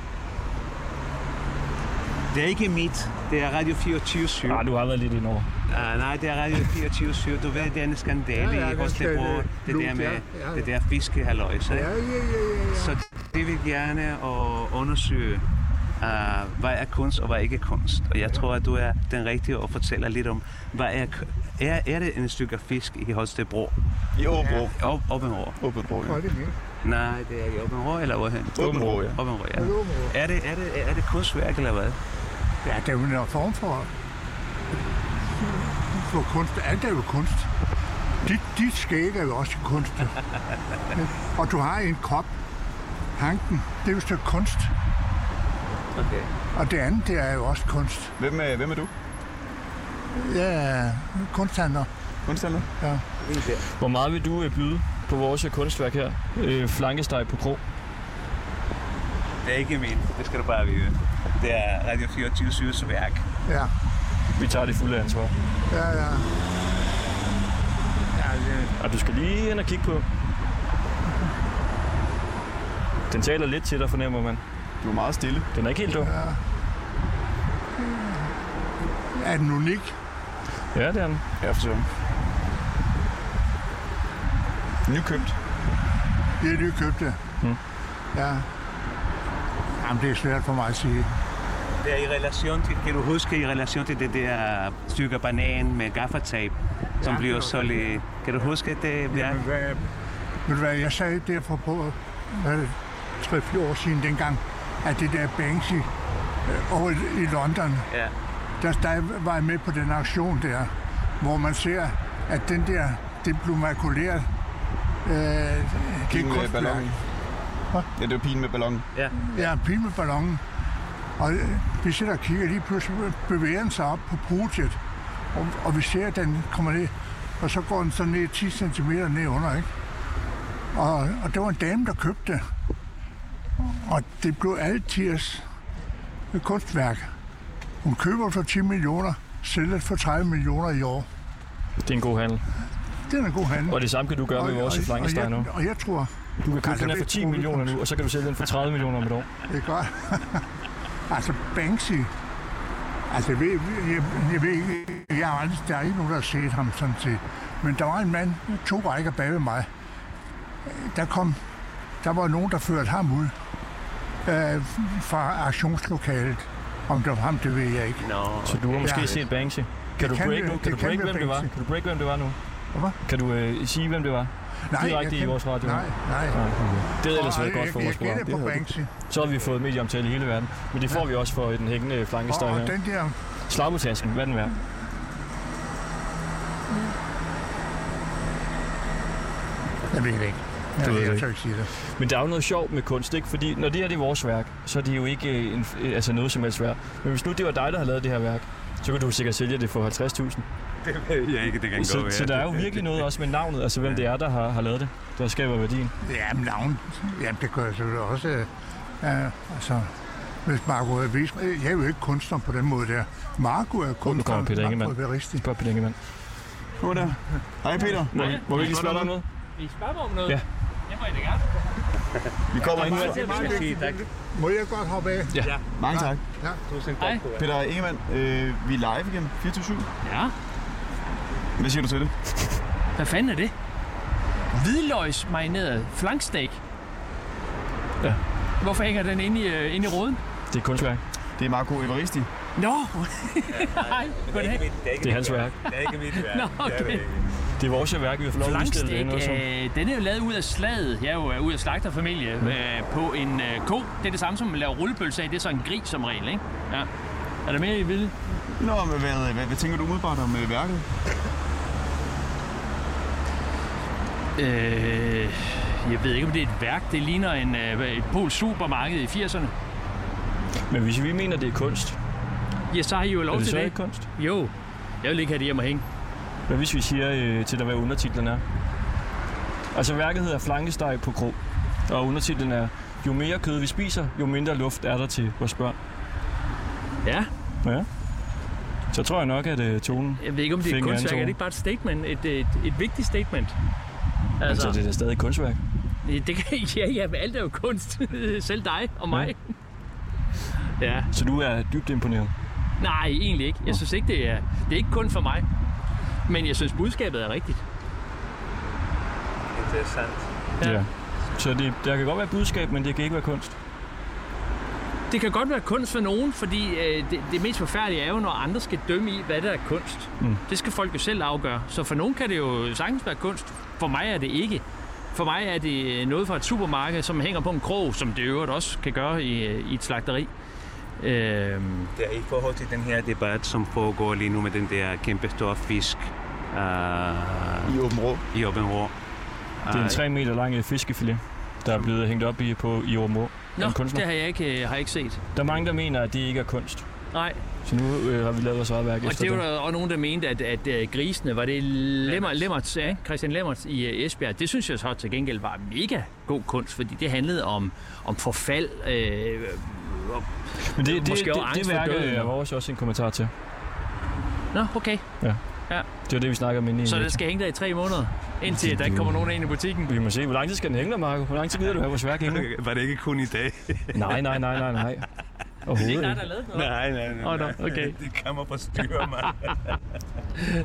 S3: Det er ikke mit. Det er Radio 24
S1: Nej, du har været lidt indover.
S3: Ah, nej, det er Radio 24 Du ved, det er en skandale
S9: Ja,
S3: ja,
S9: ja,
S3: i Holstebro.
S9: skandale.
S3: Det der
S9: Lugt,
S3: med
S9: ja, ja, ja.
S3: det der fiskehalløjse.
S9: Ja, ja, ja, ja. ja.
S3: Så det vil gerne at undersøge, uh, hvad er kunst og hvad er ikke kunst. Og jeg tror, at du er den rigtige og fortæller lidt om, hvad er, k- er, er det en stykke fisk i Holstebro?
S2: I Åben Rå.
S3: Op, Oppenrå.
S2: Åben Rå, ja.
S9: Hold det med.
S3: Nej, det er i Oppenrå eller hvorhen?
S2: Åben Rå, ja.
S3: Oppenrå, ja. Er det, er det, er det kunstværk eller hvad?
S9: Ja, det er jo en form for, for kunst. Alt er jo kunst. Dit, dit skæg er jo også kunst. Og du har en krop. Hanken, det er jo et stykke kunst.
S3: Okay.
S9: Og det andet, det er jo også kunst.
S2: Hvem er, hvem er du?
S9: Jeg er kunsthandler.
S2: Kunsthandler?
S1: Hvor meget vil du øh, byde på vores øh, kunstværk her? Øh, flankesteg på krog.
S3: Det er ikke min. Det skal du bare vide. Det er Radio 24 værk.
S9: Ja,
S1: Vi tager det fulde ansvar.
S9: ja, ja.
S1: Og du skal lige hen og kigge på. Den taler lidt til dig, fornemmer man.
S2: Du er meget stille.
S1: Den er ikke helt dum.
S9: Er den unik?
S1: Ja, det er den.
S2: Ja, for søren. Nykøbt.
S9: Det er nykøbte.
S1: Mm.
S9: Ja. Jamen, det er svært for mig at sige.
S3: Det er i relation til, kan du huske i relation til det der stykke banan med gaffatape, som
S9: Ja,
S3: bliver
S9: det var
S3: solgt i... Kan du huske, at det bliver...
S9: Men hvad, ved du hvad, jeg sagde derfor på hvad, er det, 3-4 år siden dengang, at det der Banksy øh, over i- i London,
S3: Ja.
S9: der, der var jeg med på den aktion der, hvor man ser, at den der, det blev makuleret. Øh, det
S2: Pigen med
S9: kunstværk.
S2: ballonen. Ja, det var pigen med ballonen.
S9: Ja, pil med ballonen. Og øh, vi sidder og kigger, lige pludselig bevæger den sig op på bruget, og, og vi ser, at den kommer ned, og så går den så ned 10 cm ned under, ikke? Og, og det var en dame, der købte det. Og det blev altiers kunstværk. Hun køber for 10 millioner, sælger for 30 millioner i år.
S1: Det er en god handel.
S9: Det er en god handel.
S1: Og det samme kan du gøre med vores
S9: og,
S1: flankesteg
S9: jeg,
S1: nu.
S9: og jeg tror,
S1: Du kan købe
S9: altså,
S1: den her for
S9: det-
S1: 10 millioner nu, og så kan du sælge den for 30 millioner om et år.
S9: Det er godt. altså Banksy. Altså, jeg ved, jeg, jeg ved ikke, jeg har aldrig, der er ikke nogen, der har set ham sådan set. Men der var en mand, to rækker bag ved mig. Der kom, der var nogen, der førte ham ud øh, fra aktionslokalet. Om det var ham, det ved jeg ikke.
S3: Nå,
S1: Så du har måske
S9: Ja.
S1: set Banksy. Kan
S9: Det
S1: du
S9: kan
S1: break
S9: vi-
S1: nu?
S9: det
S1: Kan du
S9: kan
S1: break,
S9: vi
S1: hvem det var?
S9: Banksy.
S1: Kan du break, hvem det var nu?
S9: Hvad?
S1: Kan du øh, sige, Øh, hvem det var?
S9: Nej,
S1: direkte
S9: jeg
S1: i
S9: kan-
S1: vores radio?
S9: Nej, nej.
S1: Nej, okay. Det havde ellers
S9: Og
S1: været godt for
S9: jeg-
S1: vores
S9: jeg gætter
S1: program.
S9: på
S1: Det havde
S9: Banksy.
S1: Så har vi fået medieomtale i hele verden. Men det får vi også for den hængende
S9: Og,
S1: flankestang
S9: og
S1: her.
S9: den der,
S1: Slagmutasken, hvad er den værd?
S9: jeg ved det ikke.
S1: Du
S9: Jeg,
S1: ved
S9: ved
S1: det
S9: jeg
S1: ikke.
S9: tør ikke sige det.
S1: Men der er jo noget sjovt med kunst, ikke? Fordi når det her det er vores værk, så er det jo ikke øh, en, øh, altså noget som helst værd. Men hvis nu det var dig, der havde lavet det her værk, så kunne du sikkert sælge det for 50.000.
S3: Ja, ikke, det kan
S1: Så,
S3: gå, ja.
S1: så der er jo virkelig noget også med navnet, altså hvem det er, der har, har lavet det, der skaber værdien.
S9: Ja, men navn, jamen det gør jeg selvfølgelig også. Øh, øh, altså, hvis Marco er vis, jeg er jo ikke kunstner på den måde der. Marco er kunstner,
S1: kommer Peter Ingemann.
S9: Marco er rigtig.
S1: Spørg Peter Ingemann.
S2: Nu er der. Hej Peter.
S1: Må, vi- må vi ikke lige spørge dig om noget?
S10: Vi spørger om noget.
S1: Ja.
S10: Det må I da gerne.
S2: Vi kommer ind.
S9: Må jeg godt hoppe af?
S2: Mange tak.
S9: Ja.
S10: Hej.
S2: Peter Ingemann, øh, vi er live igen 24-7.
S11: Ja,
S2: Hvad siger du til det?
S11: hvad fanden er det? Hvidløgsmarineret flanksteg.
S1: Ja.
S11: Hvorfor hænger den inde i, øh, inde i råden?
S1: Det er kunstværk.
S2: Det er Marco Evaristi.
S11: Nå! Nej, goddag.
S1: Det er hans værk.
S11: Nå, okay.
S1: Det er vores værk, vi har fået lov at udstille det
S11: Flanksteg,
S1: endnu. som-
S11: øh, den er jo lavet ud af slaget. Jeg er jo øh, ud af slagterfamilie øh, på en øh, ko. Det er det samme som man laver rullepølse af. Det er så en gris som regel, ikke? Ja. Er der mere, I vil?
S2: Nå, men hvad, hvad, hvad tænker du umiddelbart om øh, værket?
S11: Øh, jeg ved ikke, om det er et værk. Det ligner en, øh, et polsk supermarked i 80'erne. øh,
S1: Men hvis vi mener, det er kunst,
S11: Ja, så har I jo
S1: er
S11: lov
S1: det
S11: til
S1: så
S11: det.
S1: ikke kunst?
S11: Jo, jeg vil ikke have det hjem og hænge.
S1: Hvad hvis vi siger øh, til dig, hvad undertitlen er? Altså værket hedder Flankesteg på krog, og undertitlen er Jo mere kød vi spiser, jo mindre luft er der til vores børn.
S11: Ja,
S1: Ja. Så tror jeg nok, at øh, tonen...
S11: jeg ved ikke, om det er
S1: Fik
S11: et
S1: en anden
S11: kunstværk. Er
S1: tone.
S11: det ikke bare et statement? Et, et, et vigtigt statement?
S1: Altså, det er da stadig kunstværk.
S11: det, det kan, ja, ja, men alt er jo kunst. Selv dig og mig. Ja. ja.
S1: Så du er dybt imponeret.
S11: Nej, egentlig ikke. Jeg synes ikke, det er, det er ikke kun for mig. Men jeg synes, budskabet er rigtigt. Ja.
S1: Så det, der kan godt være et budskab, men det kan ikke være kunst.
S11: Det kan godt være kunst for nogen, fordi øh, det, det mest forfærdelige er jo, når andre skal dømme i, hvad der er kunst.
S1: Mm.
S11: Det skal folk jo selv afgøre. Så for nogen kan det jo sagtens være kunst. For mig er det ikke. For mig er det øh, noget fra et supermarked, som hænger på en krog, som det i øvrigt også kan gøre i, øh, i et slagteri. Øhm,
S3: Det er i forhold til den her debat, som foregår lige nu med den der kæmpe store fisk uh,
S2: I åben rå.
S3: i Åben Rå.
S1: Det er en 3 meter lang øh, fiskefilet, der er blevet hængt op i, på, i Åben Rå.
S11: Nå,
S1: En kunstner.
S11: det har jeg ikke, øh, har jeg ikke set.
S1: Der er mange, der mener, at det ikke er kunst.
S11: Nej,
S1: Så nu øh, har vi lavet vores eget værk
S11: og
S1: efter
S11: det var
S1: det.
S11: der også nogen, der mente, at, at øh, grisene var det Lemmer, Lemmerts, ja, ikke? Christian Lemmerts i øh, Esbjerg. Det synes jeg så til gengæld var mega god kunst, fordi det handlede om, om forfald. Øh, om-
S1: Men det, det, det,
S11: måske
S1: det,
S11: også
S1: det
S11: angst for
S1: værk
S11: døden.
S1: øh, er vores også en kommentar til.
S11: Nå, okay.
S1: Det var det, vi snakker om inde i.
S11: Så det skal hænge der i tre måneder, indtil der ikke kommer nogen ind i butikken.
S1: Vi må se, hvor lang tid skal den hænge der, Marco? Hvor lang tid gider du have vores værk hængende?
S3: Var det ikke kun i dag?
S1: nej, nej, nej, nej, nej. Overhovedet
S11: Det er ikke dig,
S1: ikke.
S11: der lavede noget.
S3: nej, nej, nej.
S11: Åh, nå, okay.
S3: Det kommer på styre, mand.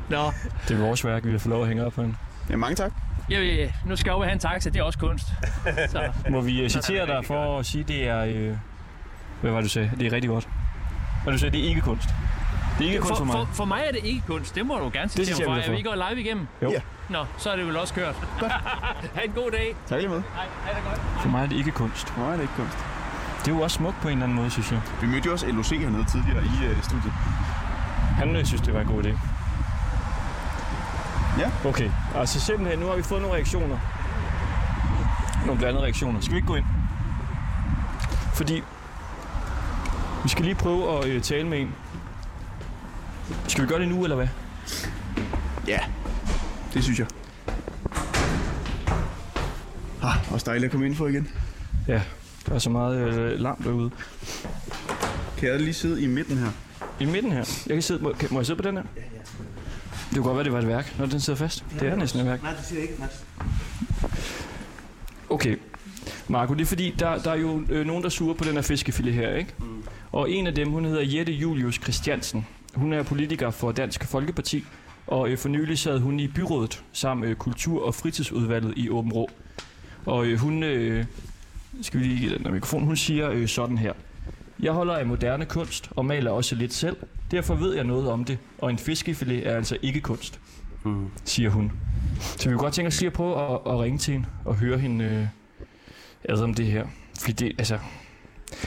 S11: Nå,
S1: Det er vores værk, vi har fået lov at hænge op på den.
S2: Ja, mange tak.
S11: jeg, ved- nu skal jeg jo have en taxa, det er også kunst. Så,
S1: Må vi øh, citere dig for at sige, det er... Øh, hvad var det, du sagde? Det er rigtig godt. Og du sagde, det er ikke kunst. Det er ikke
S11: for,
S1: kunst for mig.
S11: for, for mig er det ikke kunst, det må du gerne sige
S1: synes jeg,
S11: til
S1: vi
S11: mig.
S1: er
S11: Er vi
S1: for.
S11: ikke gået live igennem?
S1: Jo.
S2: Ja.
S11: Nå, så er det vel også kørt. ha' en god dag.
S2: Tak lige med.
S11: Hej, ha' det godt.
S1: For mig er det ikke kunst.
S2: Nej, det er ikke kunst.
S1: Det er jo også smukt på en eller anden måde, synes jeg.
S2: Vi mødte jo også LOC hernede tidligere i øh, studiet.
S1: Han øh, synes, det var en god idé.
S2: Ja.
S1: Okay, altså simpelthen, nu har vi fået nogle reaktioner. Nogle blandede reaktioner. Skal vi ikke gå ind? Fordi vi skal lige prøve at øh, tale med en. Skal vi gøre det nu, eller hvad?
S2: Ja, det synes jeg. Ah, også dejligt at komme indenfor igen.
S1: Ja, der er så meget øh, larm derude.
S2: Kan jeg lige sidde i midten her?
S1: I midten her. Jeg kan sidde, må, kan, må jeg sidde på den her? Ja, ja. Det kunne godt være, det var et værk, når den sidder fast. Det er næsten et værk.
S3: Nej, du siger ikke, Mads.
S1: Okay. Marco, det er fordi, der, der er jo øh, nogen, der suger på den her fiskefilet her, ikke? Mm. Og en af dem, hun hedder Jette Julius Christiansen. Hun er politiker for Dansk Folkeparti, og øh, for nylig sad hun i byrådet sammen med øh, Kultur- og Fritidsudvalget i Åben Rå. Og øh, hun, øh, skal vi lige give den her mikrofon, hun siger øh, sådan her. Jeg holder af moderne kunst og maler også lidt selv. Derfor ved jeg noget om det, og en fiskefilet er altså ikke kunst. mm. siger hun. Så vi kunne godt tænke os lige at prøve at, at ringe til hende og høre hende øh, ad om det her. Fordi det, altså,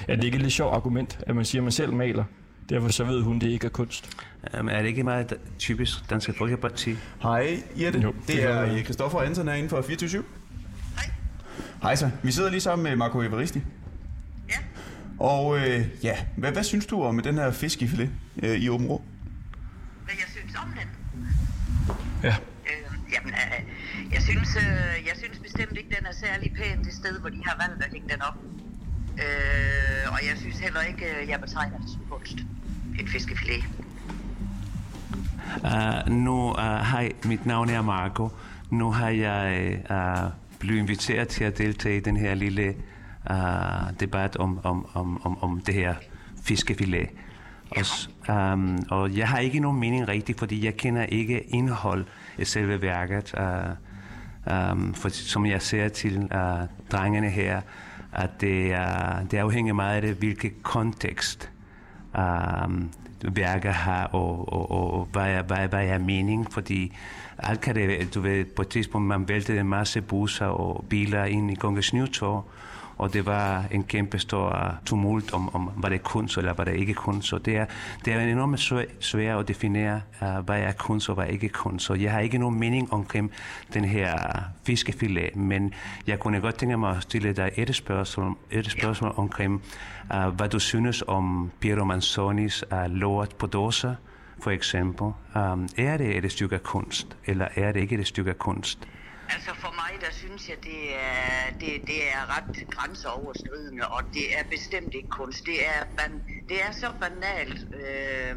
S1: er det ikke et lidt sjovt argument, at man siger, at man selv maler? Derfor så ved hun, det ikke er kunst.
S3: Jamen, er det ikke meget typisk Dansk Folkeparti?
S2: Hej, Jette. Jo, det, det er øh, Christoffer Anton herinde fra 24 Hej. Hej så. Vi sidder lige sammen med Marco Evaristi.
S12: Ja.
S2: Og øh, ja, hvad, hvad synes du om den her fiskefilet øh, i Åben Rå?
S12: Hvad jeg synes om den?
S1: Ja.
S12: Øh, jamen, øh, jeg, synes, øh, jeg synes bestemt ikke, den er særlig pæn det sted, hvor de har valgt at hænge den op. Øh, og jeg synes heller ikke, øh, jeg betegner det som kunst. En fiskefilet.
S3: Uh, nu, uh, hej, mit navn er Marco. Nu har jeg uh, blevet inviteret til at deltage i den her lille uh, debat om, om, om, om, om det her fiskefilet. Og, um, og jeg har ikke nogen mening rigtigt, fordi jeg kender ikke indhold i selve værket. Uh, um, for, som jeg ser til uh, drengene her, at det, uh, det afhænger meget af det, hvilken kontekst um, værker har, og, og, og, og hvad, er, hvad, er, hvad er mening, fordi alt kan det, du ved, på et tidspunkt man væltede en masse busser og biler ind i Kongens Nytorv, og det var en kæmpe stor tumult om, om var det kunst eller var det ikke kunst. Så det er, det er enormt svæ- svært at definere, uh, hvad er kunst og hvad er ikke kunst. Så jeg har ikke nogen mening omkring den her fiskefilet, men jeg kunne godt tænke mig at stille dig et spørgsmål, et spørgsmål omkring, uh, hvad du synes om Piero Manzonis uh, lort på dåser, for eksempel. Um, er det et stykke kunst, eller er det ikke et stykke kunst?
S12: Altså for mig, der synes jeg, det er, det, det er ret grænseoverskridende, og det er bestemt ikke kunst. Det er, ban, det er så banalt øh,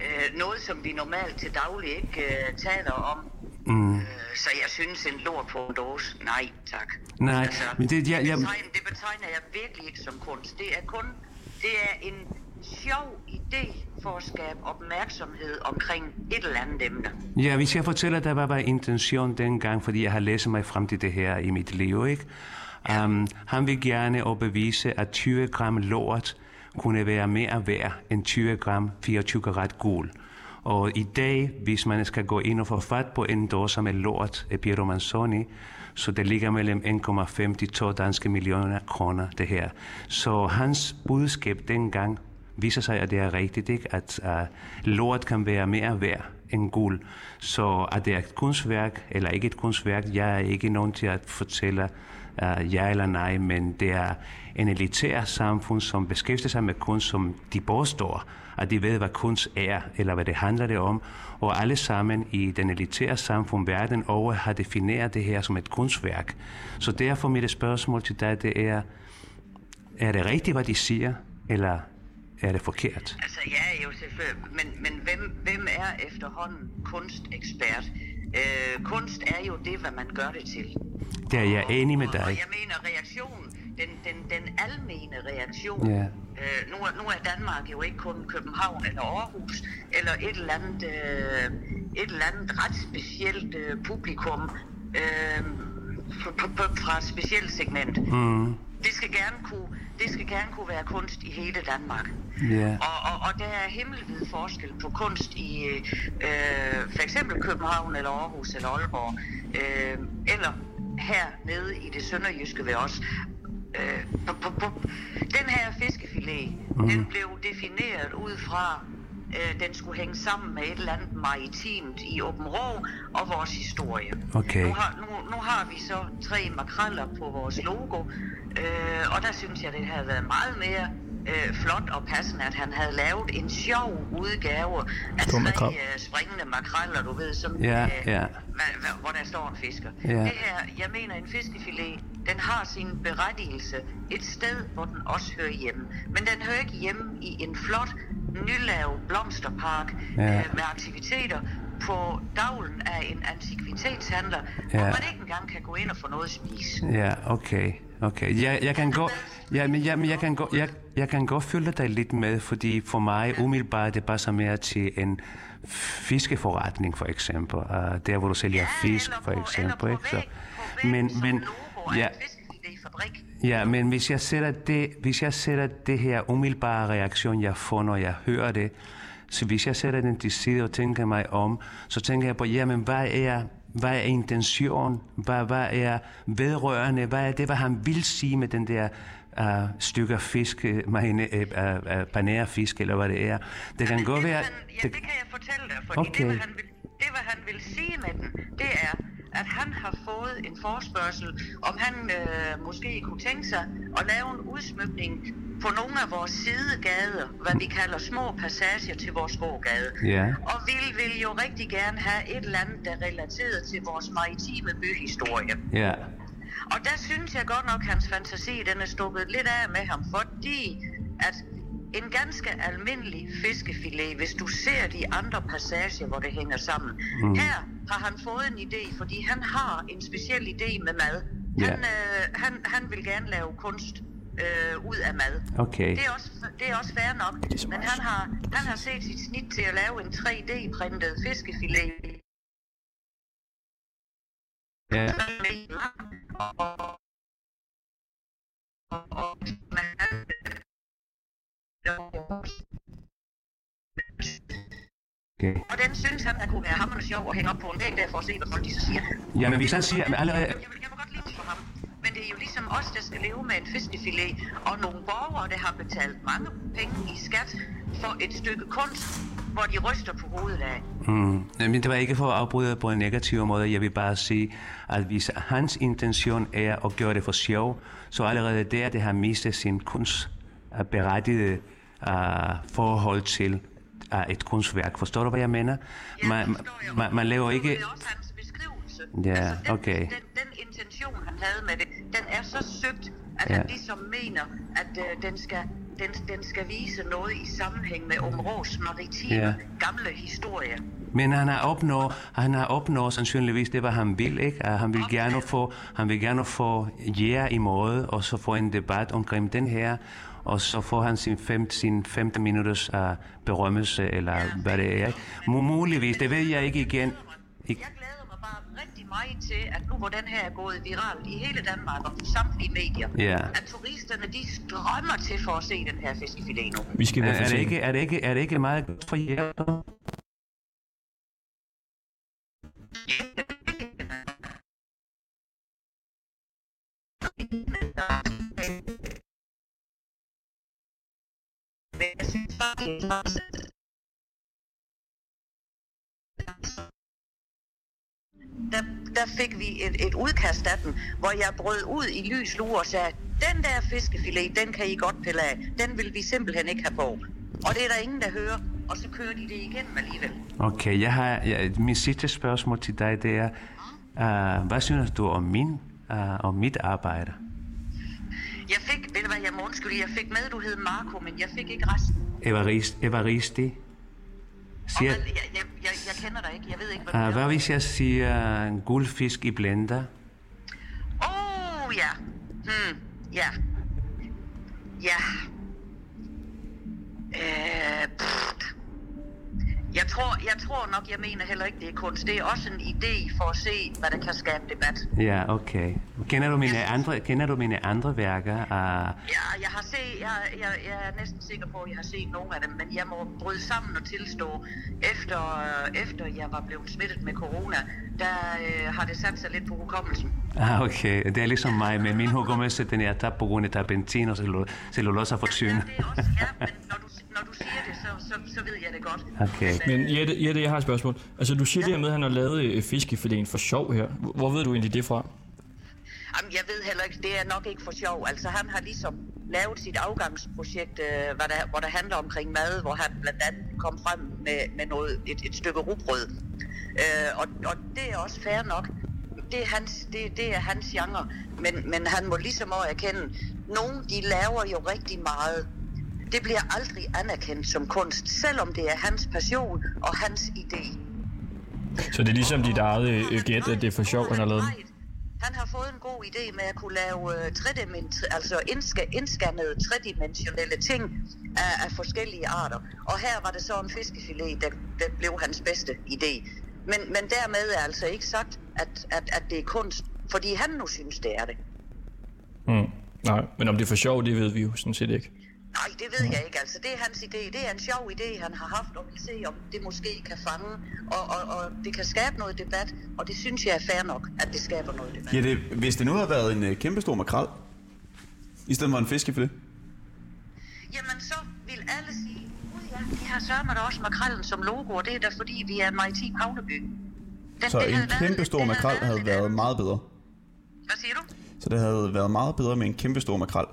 S12: øh, noget, som vi normalt til daglig ikke øh, taler om. Mm. Øh, så jeg synes, en lort på en dåse, nej tak.
S3: Nej, altså, men det, ja, jeg...
S12: betegner, det betegner jeg virkelig ikke som kunst. Det er kun det er en sjov idé for at skabe opmærksomhed omkring et eller andet emne.
S3: Ja, hvis jeg fortæller dig, hvad var intention dengang, fordi jeg har læst mig frem til det her i mit liv, ikke? Ja. Um, han vil gerne overbevise, at 20 gram lort kunne være mere værd end 20 gram 24 karat guld. Og i dag, hvis man skal gå ind og få fat på en dåse med lort af Piero Manzoni, så det ligger mellem 1,5 til 2 danske millioner kroner, det her. Så hans budskab dengang viser sig, at det er rigtigt, ikke? at uh, lort kan være mere værd end guld. Så at det er et kunstværk eller ikke et kunstværk, jeg er ikke nogen til at fortælle uh, ja eller nej, men det er en elitær samfund, som beskæftiger sig med kunst, som de påstår, at de ved, hvad kunst er, eller hvad det handler det om. Og alle sammen i den elitære samfund verden over har defineret det her som et kunstværk. Så derfor mit spørgsmål til dig, det er, er det rigtigt, hvad de siger, eller er det forkert?
S12: Altså ja, jo selvfølgelig, men, men hvem, hvem er efterhånden kunstekspert? Øh, kunst er jo det, hvad man gør det til.
S3: Det er jeg
S12: og,
S3: enig med dig.
S12: Og, og jeg mener reaktionen, den, den, den almene reaktion. Ja. Øh, nu, er, nu er Danmark jo ikke kun København eller Aarhus, eller et eller andet, øh, et eller andet ret specielt øh, publikum øh, fra, fra, fra et specielt segment. Mm det skal gerne kunne, det skal gerne kunne være kunst i hele Danmark.
S3: Yeah.
S12: Og, og, og der er himmelvid forskel på kunst i øh, for eksempel København eller Aarhus eller Aalborg, øh, eller her nede i det sønderjyske ved os. Øh, på, på, på. Den her fiskefilet, mm. den blev defineret ud fra, øh, den skulle hænge sammen med et eller andet maritimt i Åben Rå og vores historie.
S3: Okay.
S12: Nu, har, nu, nu har vi så tre makreller på vores logo, Øh, og der synes jeg, det havde været meget mere øh, flot og passende, at han havde lavet en sjov udgave af Stor tre øh, springende makreller, du ved, som,
S3: ja, yeah, øh, ja. Yeah.
S12: Hva, hvor der står en fisker.
S3: Ja. Yeah.
S12: Det her, jeg mener, en fiskefilet, den har sin berettigelse et sted, hvor den også hører hjemme. Men den hører ikke hjemme i en flot, nylav blomsterpark ja. øh, med aktiviteter, på davlen af en antikvitetshandler, ja. hvor man ikke engang kan gå ind og få noget at spise.
S3: Ja, okay. Okay, jeg, jeg kan gå, ja, men, ja, men jeg, kan gå, jeg, jeg kan godt følge dig lidt med, fordi for mig umiddelbart det passer mere til en fiskeforretning for eksempel, uh, der hvor du sælger
S12: ja,
S3: fisk
S12: på,
S3: for eksempel.
S12: Ikke?
S3: Så,
S12: men,
S3: men, ja, Ja, men hvis jeg sætter det, hvis jeg sætter det her umiddelbare reaktion, jeg får, når jeg hører det, Så hvis jeg sætter den til side og tænker mig om, så tænker jeg på, jamen hvad er, hvad er intention? Hvad, hvad er vedrørende? Hvad er det, hvad han vil sige med den der uh, stykker fisk, marine, uh, uh, uh, panere fisk, eller hvad det er. Det kan
S12: det,
S3: godt
S12: det,
S3: være...
S12: Han, ja, det, det kan jeg fortælle dig, fordi okay. det, hvad han vil, det, hvad han vil sige med den, det er, at han har fået en forspørgsel, om han øh, måske kunne tænke sig at lave en udsmykning på nogle af vores sidegader, hvad vi kalder små passager til vores gågade.
S3: Ja.
S12: Og vi vil jo rigtig gerne have et eller andet, der er relateret til vores maritime byhistorie.
S3: Ja.
S12: Og der synes jeg godt nok, at hans fantasi den er stukket lidt af med ham, fordi at en ganske almindelig fiskefilet, hvis du ser de andre passager, hvor det hænger sammen. Mm. Her har han fået en idé, fordi han har en speciel idé med mad. Han, yeah. øh, han, han vil gerne lave kunst øh, ud af mad.
S3: Okay.
S12: Det, er også, det er også fair nok, men han har, han har set sit snit til at lave en 3D-printet fiskefilet.
S3: Ja. Yeah.
S12: Og, og, man,
S3: Okay.
S12: Og den synes han, at kunne være hammerende sjov at hænge op på en væg der for at se, hvad folk de så siger.
S3: Ja, men hvis han siger... Men allerede...
S12: Jeg, vil, jeg vil godt lide for ham. Men det er jo ligesom os, der skal leve med en fiskefilet, og nogle borgere, der har betalt mange penge i skat for et stykke kunst, hvor de ryster på hovedet af.
S3: Mm. Jamen, det var ikke for at afbryde på en negativ måde. Jeg vil bare sige, at hvis hans intention er at gøre det for sjov, så allerede der, det har mistet sin kunst øh, berettigede uh, forhold til uh, et kunstværk. Forstår du, hvad jeg mener?
S12: Ja,
S3: man,
S12: man,
S3: man, man laver ikke...
S12: Det er også hans beskrivelse.
S3: Ja,
S12: altså, den,
S3: okay.
S12: Den, den intention, han havde med det, den er så søgt, at
S3: Ja.
S12: ja. han ligesom mener, at øh, den skal... Den, den skal vise noget i sammenhæng med Områs maritime
S3: Ja.
S12: ja. gamle historie.
S3: Men han har opnået, han har opnået sandsynligvis det, hvad han vil, ikke? At han vil gerne få, han vil gerne få jer i måde, og så få en debat omkring den her, og så får han sin, fem, sin femte minutters uh, berømmelse, eller hvad det er. ikke? Mu- Muligvis, det ved jeg ikke igen. Ik-
S12: Jeg glæder mig bare rigtig meget til, at nu hvor den her er gået viralt i hele Danmark og på samtlige medier,
S3: Ja.
S12: at turisterne de strømmer til for at se den her fiskefilet nu.
S1: Vi skal i
S3: Er,
S1: hvert
S3: er,
S1: fald
S3: det
S1: se
S3: ikke, er, det ikke, er det ikke meget godt for jer?
S12: Men jeg synes bare, det er træls, at der, der fik vi et, et udkast af den, hvor jeg brød ud i lys lue og sagde, den der fiskefilet, den kan I godt pille af. Den vil vi simpelthen ikke have på. Og det er der ingen, der hører. Og så kører de det igennem alligevel.
S3: Okay, jeg har, jeg, min sidste spørgsmål til dig, det er, uh, hvad synes du om, min, uh, om mit arbejde?
S12: Jeg fik, ved du hvad, jeg må undskylde, jeg fik med, du hed Marco, men jeg fik ikke resten.
S3: Evarist, Evaristi?
S12: Og
S3: Siger,
S12: hvad, jeg, jeg, jeg, jeg kender dig ikke, jeg ved ikke, hvad du
S3: uh,
S12: hedder.
S3: hvad hvis jeg siger uh, guldfisk i blender?
S12: Åh, ja. Hmm, ja. Ja. Øh, pff. jeg, tror, jeg tror nok, jeg mener heller ikke, det er kunst. Det er også en idé for at se, hvad der kan skabe debat.
S3: Ja, okay. Kender du mine andre, kender du mine andre værker? Uh,
S12: Jeg, jeg har set, jeg, jeg, jeg er næsten sikker på, at jeg har set nogle af dem, men jeg må bryde sammen og tilstå, efter, øh, efter jeg var blevet smittet med corona, der øh, har det sat sig lidt på hukommelsen.
S3: ah, okay, det er ligesom mig, men min hukommelse den er tabt på grund af terpentin og cellu- cellulosefortyn.
S12: Ja, det er også, ja, men når du, når du siger det, så, så, så ved jeg det godt.
S3: Okay.
S1: Men Jette, Jette, jeg har et spørgsmål. Altså, du siger ja. det her med, at han har lavet øh, fiskefiléen for sjov her. Hvor ved du egentlig det fra?
S12: Jamen, jeg ved heller ikke, det er nok ikke for sjov. Altså, han har ligesom lavet sit afgangsprojekt, øh, hvor, der, hvor der handler omkring mad, hvor han blandt andet kom frem med, med noget, et, et stykke rugbrød. Øh, og, og det er også fair nok. Det er hans, det, det er hans genre, men, men han må ligesom også erkende, nogen de laver jo rigtig meget. Det bliver aldrig anerkendt som kunst, selvom det er hans passion og hans idé.
S1: Så det er ligesom dit eget
S12: Nu har
S1: øh,
S12: han
S1: gæt, at det er for sjov, han har lavet. den.
S12: fejl. Han har fået en god idé med at kunne lave øh, trediment, altså indska- indskannede tredimensionelle ting af, af forskellige arter. Og her var det så en fiskefilet, der, der blev hans bedste idé. Men, men dermed er altså ikke sagt, at, at, at det er kunst, fordi han nu synes, det er det.
S1: Hmm. Mm. Nej, men om det er for sjov, det ved vi jo sådan set ikke.
S12: Nej, det ved jeg ikke. Altså, det er hans idé. Det er en sjov idé, han har haft, og vi se, om det måske kan fange, og, og, og det kan skabe noget debat, og det synes jeg er fair nok, at det skaber noget debat.
S2: Ja, det, hvis det nu havde været en øh, kæmpestor makrel, i stedet for en fiskefilet.
S12: Jamen, så vil alle sige, ud ja, vi har sørget med også makrellen som logo, og det er da fordi, vi er en maritim havneby. Den,
S2: Så
S12: det
S2: en
S12: havde været
S2: kæmpestor
S12: lidt- det
S2: makrel havde
S12: lidt
S2: været
S12: andet.
S2: meget bedre.
S12: Hvad siger du?
S2: Så det havde været meget bedre med en kæmpestor makrel.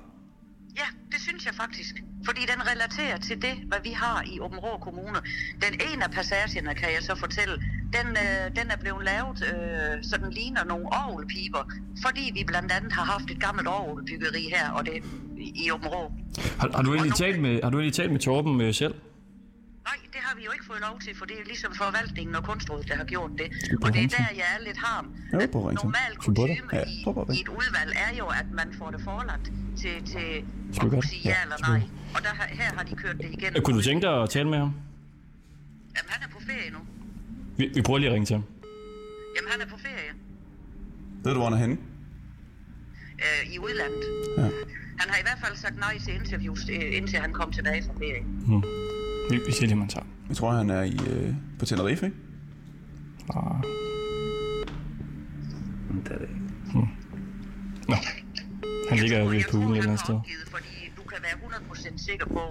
S12: Ja, det synes jeg faktisk. Fordi den relaterer til det, hvad vi har i Åben Rå Kommune. Den ene af passagerne, kan jeg så fortælle, den, øh, den er blevet lavet, øh, så den ligner nogle orgelpiber. Fordi vi blandt andet har haft et gammelt orgelbyggeri her, og det i Åben Rå.
S1: Har, har, du egentlig talt med, har du egentlig talt med Torben øh, selv?
S12: Nej, det har vi jo ikke fået lov til, for det er ligesom forvaltningen og kunstrådet, der har gjort det. Og det er der, jeg er lidt harm.
S2: Ja,
S12: At
S2: på Ringsted.
S12: normal
S2: Som på det.
S12: kutume
S2: Ja,
S12: i,
S2: på Ringsted.
S12: i et udvalg er jo, at man får det forelagt til, til
S1: Skal vi
S12: at
S1: gøre
S12: kunne
S1: det?
S12: sige ja
S1: Ja,
S12: eller
S1: skal vi-
S12: nej. Og der, har- her har de kørt det igennem.
S1: Øh, Kunne du tænke dig at tale med ham?
S12: Jamen, han er på ferie nu.
S1: Vi, vi prøver lige at ringe til ham.
S12: Jamen, han er på ferie
S2: Ved du, hvor han er henne?
S12: øh, i udlandet.
S2: Ja.
S12: Han har i hvert fald sagt nej til interviews, øh, indtil han kom tilbage fra ferie.
S1: Hmm. Vi, vi siger lige, man tager.
S2: Jeg tror, han er i, øh, på Tenerife, ikke?
S1: Ah.
S13: Det er det ikke.
S1: Nå. Han ligger jo
S12: Og
S1: ved
S12: jeg tror,
S1: poolen et
S12: han
S1: eller andet
S12: har
S1: sted.
S12: opgivet, fordi du kan være 100% sikker på,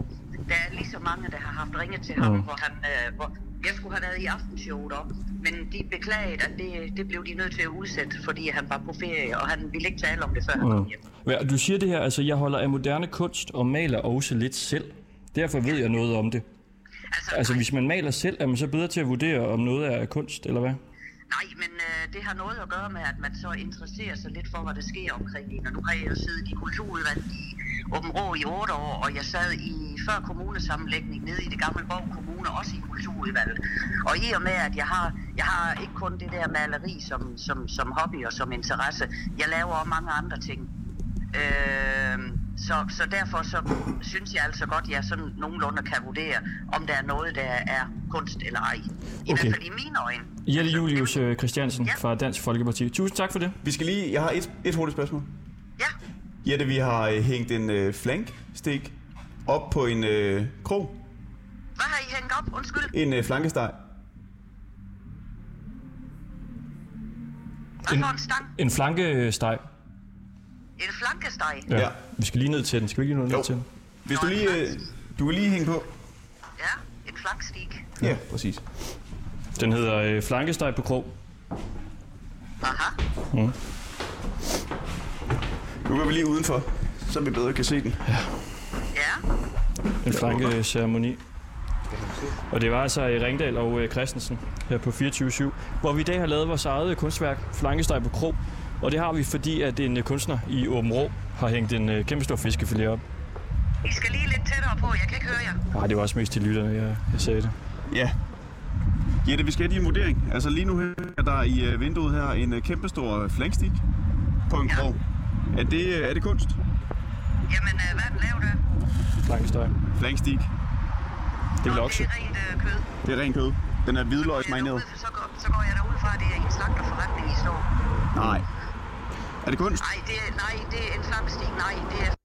S12: der er lige så mange, der har haft ringet til ham,
S1: Mm.
S12: hvor han... Øh, hvor jeg skulle have været i aftenshowet op, men de beklagede, at det, det blev de nødt til at udsætte, fordi han var på ferie, og han ville ikke tale om det, før han kom hjem.
S1: Ja, og du siger det her, altså jeg holder af moderne kunst og maler også lidt selv. Derfor ved jeg noget om det. Altså hvis man maler selv, er man så bedre til at vurdere, om noget er kunst, eller hvad?
S12: Nej, men øh, det har noget at gøre med, at man så interesserer sig lidt for, hvad der sker omkring en. Og nu har jeg jo siddet i kulturudvalget i Åben Rå i otte år, og jeg sad i før kommunesammenlægning nede i det gamle Borg Kommune, også i kulturudvalget. Og i og med, at jeg har, jeg har ikke kun det der maleri som, som, som hobby og som interesse, jeg laver også mange andre ting. Øh, så, så derfor så synes jeg altså godt, at jeg sådan nogenlunde kan vurdere, om der er noget, der er kunst eller ej. I
S1: Okay.
S12: hvert fald i mine øjne.
S1: Jelle Julius øh, Christiansen fra Dansk Folkeparti. Tusind tak for det.
S2: Vi skal lige... Jeg har et, et hurtigt spørgsmål.
S12: Ja.
S2: Jette, vi har øh, hængt en øh, flankstik op på en øh, krog.
S12: Hvad har I hængt op? Undskyld.
S2: En øh, flankesteg.
S12: Hvad for en stang?
S1: En flankesteg.
S12: En flankesteg?
S1: Ja.
S2: Ja.
S1: ja. Vi skal lige ned til den. Skal vi ikke lige nå
S2: Jo.
S1: ned til den?
S2: Hvis du lige... Øh, du vil lige hænge på.
S12: Ja, en flankstig.
S2: Ja, præcis.
S1: Den hedder øh, flankesteg på krog.
S12: Aha.
S2: Mm. Nu går vi lige udenfor, så vi bedre kan se den.
S12: Ja.
S1: En flankeceremoni. Og det var altså i Ringdal og øh, Christensen her på 24-7, hvor vi i dag har lavet vores eget øh, kunstværk, Flankesteg på Krog. Og det har vi, fordi at en øh, kunstner i Åben Rå har hængt en øh, kæmpe stor fiskefilet op.
S12: I skal lige lidt tættere på, jeg kan ikke høre jer.
S1: Nej, det var også mest til lytterne, jeg, jeg sagde det.
S2: Ja. Jette, vi skal have din vurdering. Altså lige nu her er der i øh, vinduet her en øh, kæmpestor øh, flankstik på en krog. Er det, øh, er det kunst?
S12: Jamen, øh, hvad laver du?
S1: Flankesteg.
S2: Flankstik.
S1: Det vil
S12: Det
S1: også.
S12: er rent øh, kød.
S2: Det er ren kød. Den er hvidløgsmarineret.
S12: Jeg er derude, Så går, så går jeg derud fra, at det er en slagterforretning, I står.
S2: Nej. Er det kunst?
S12: Nej, det, er- nej, det er en flankestig. Nej, det er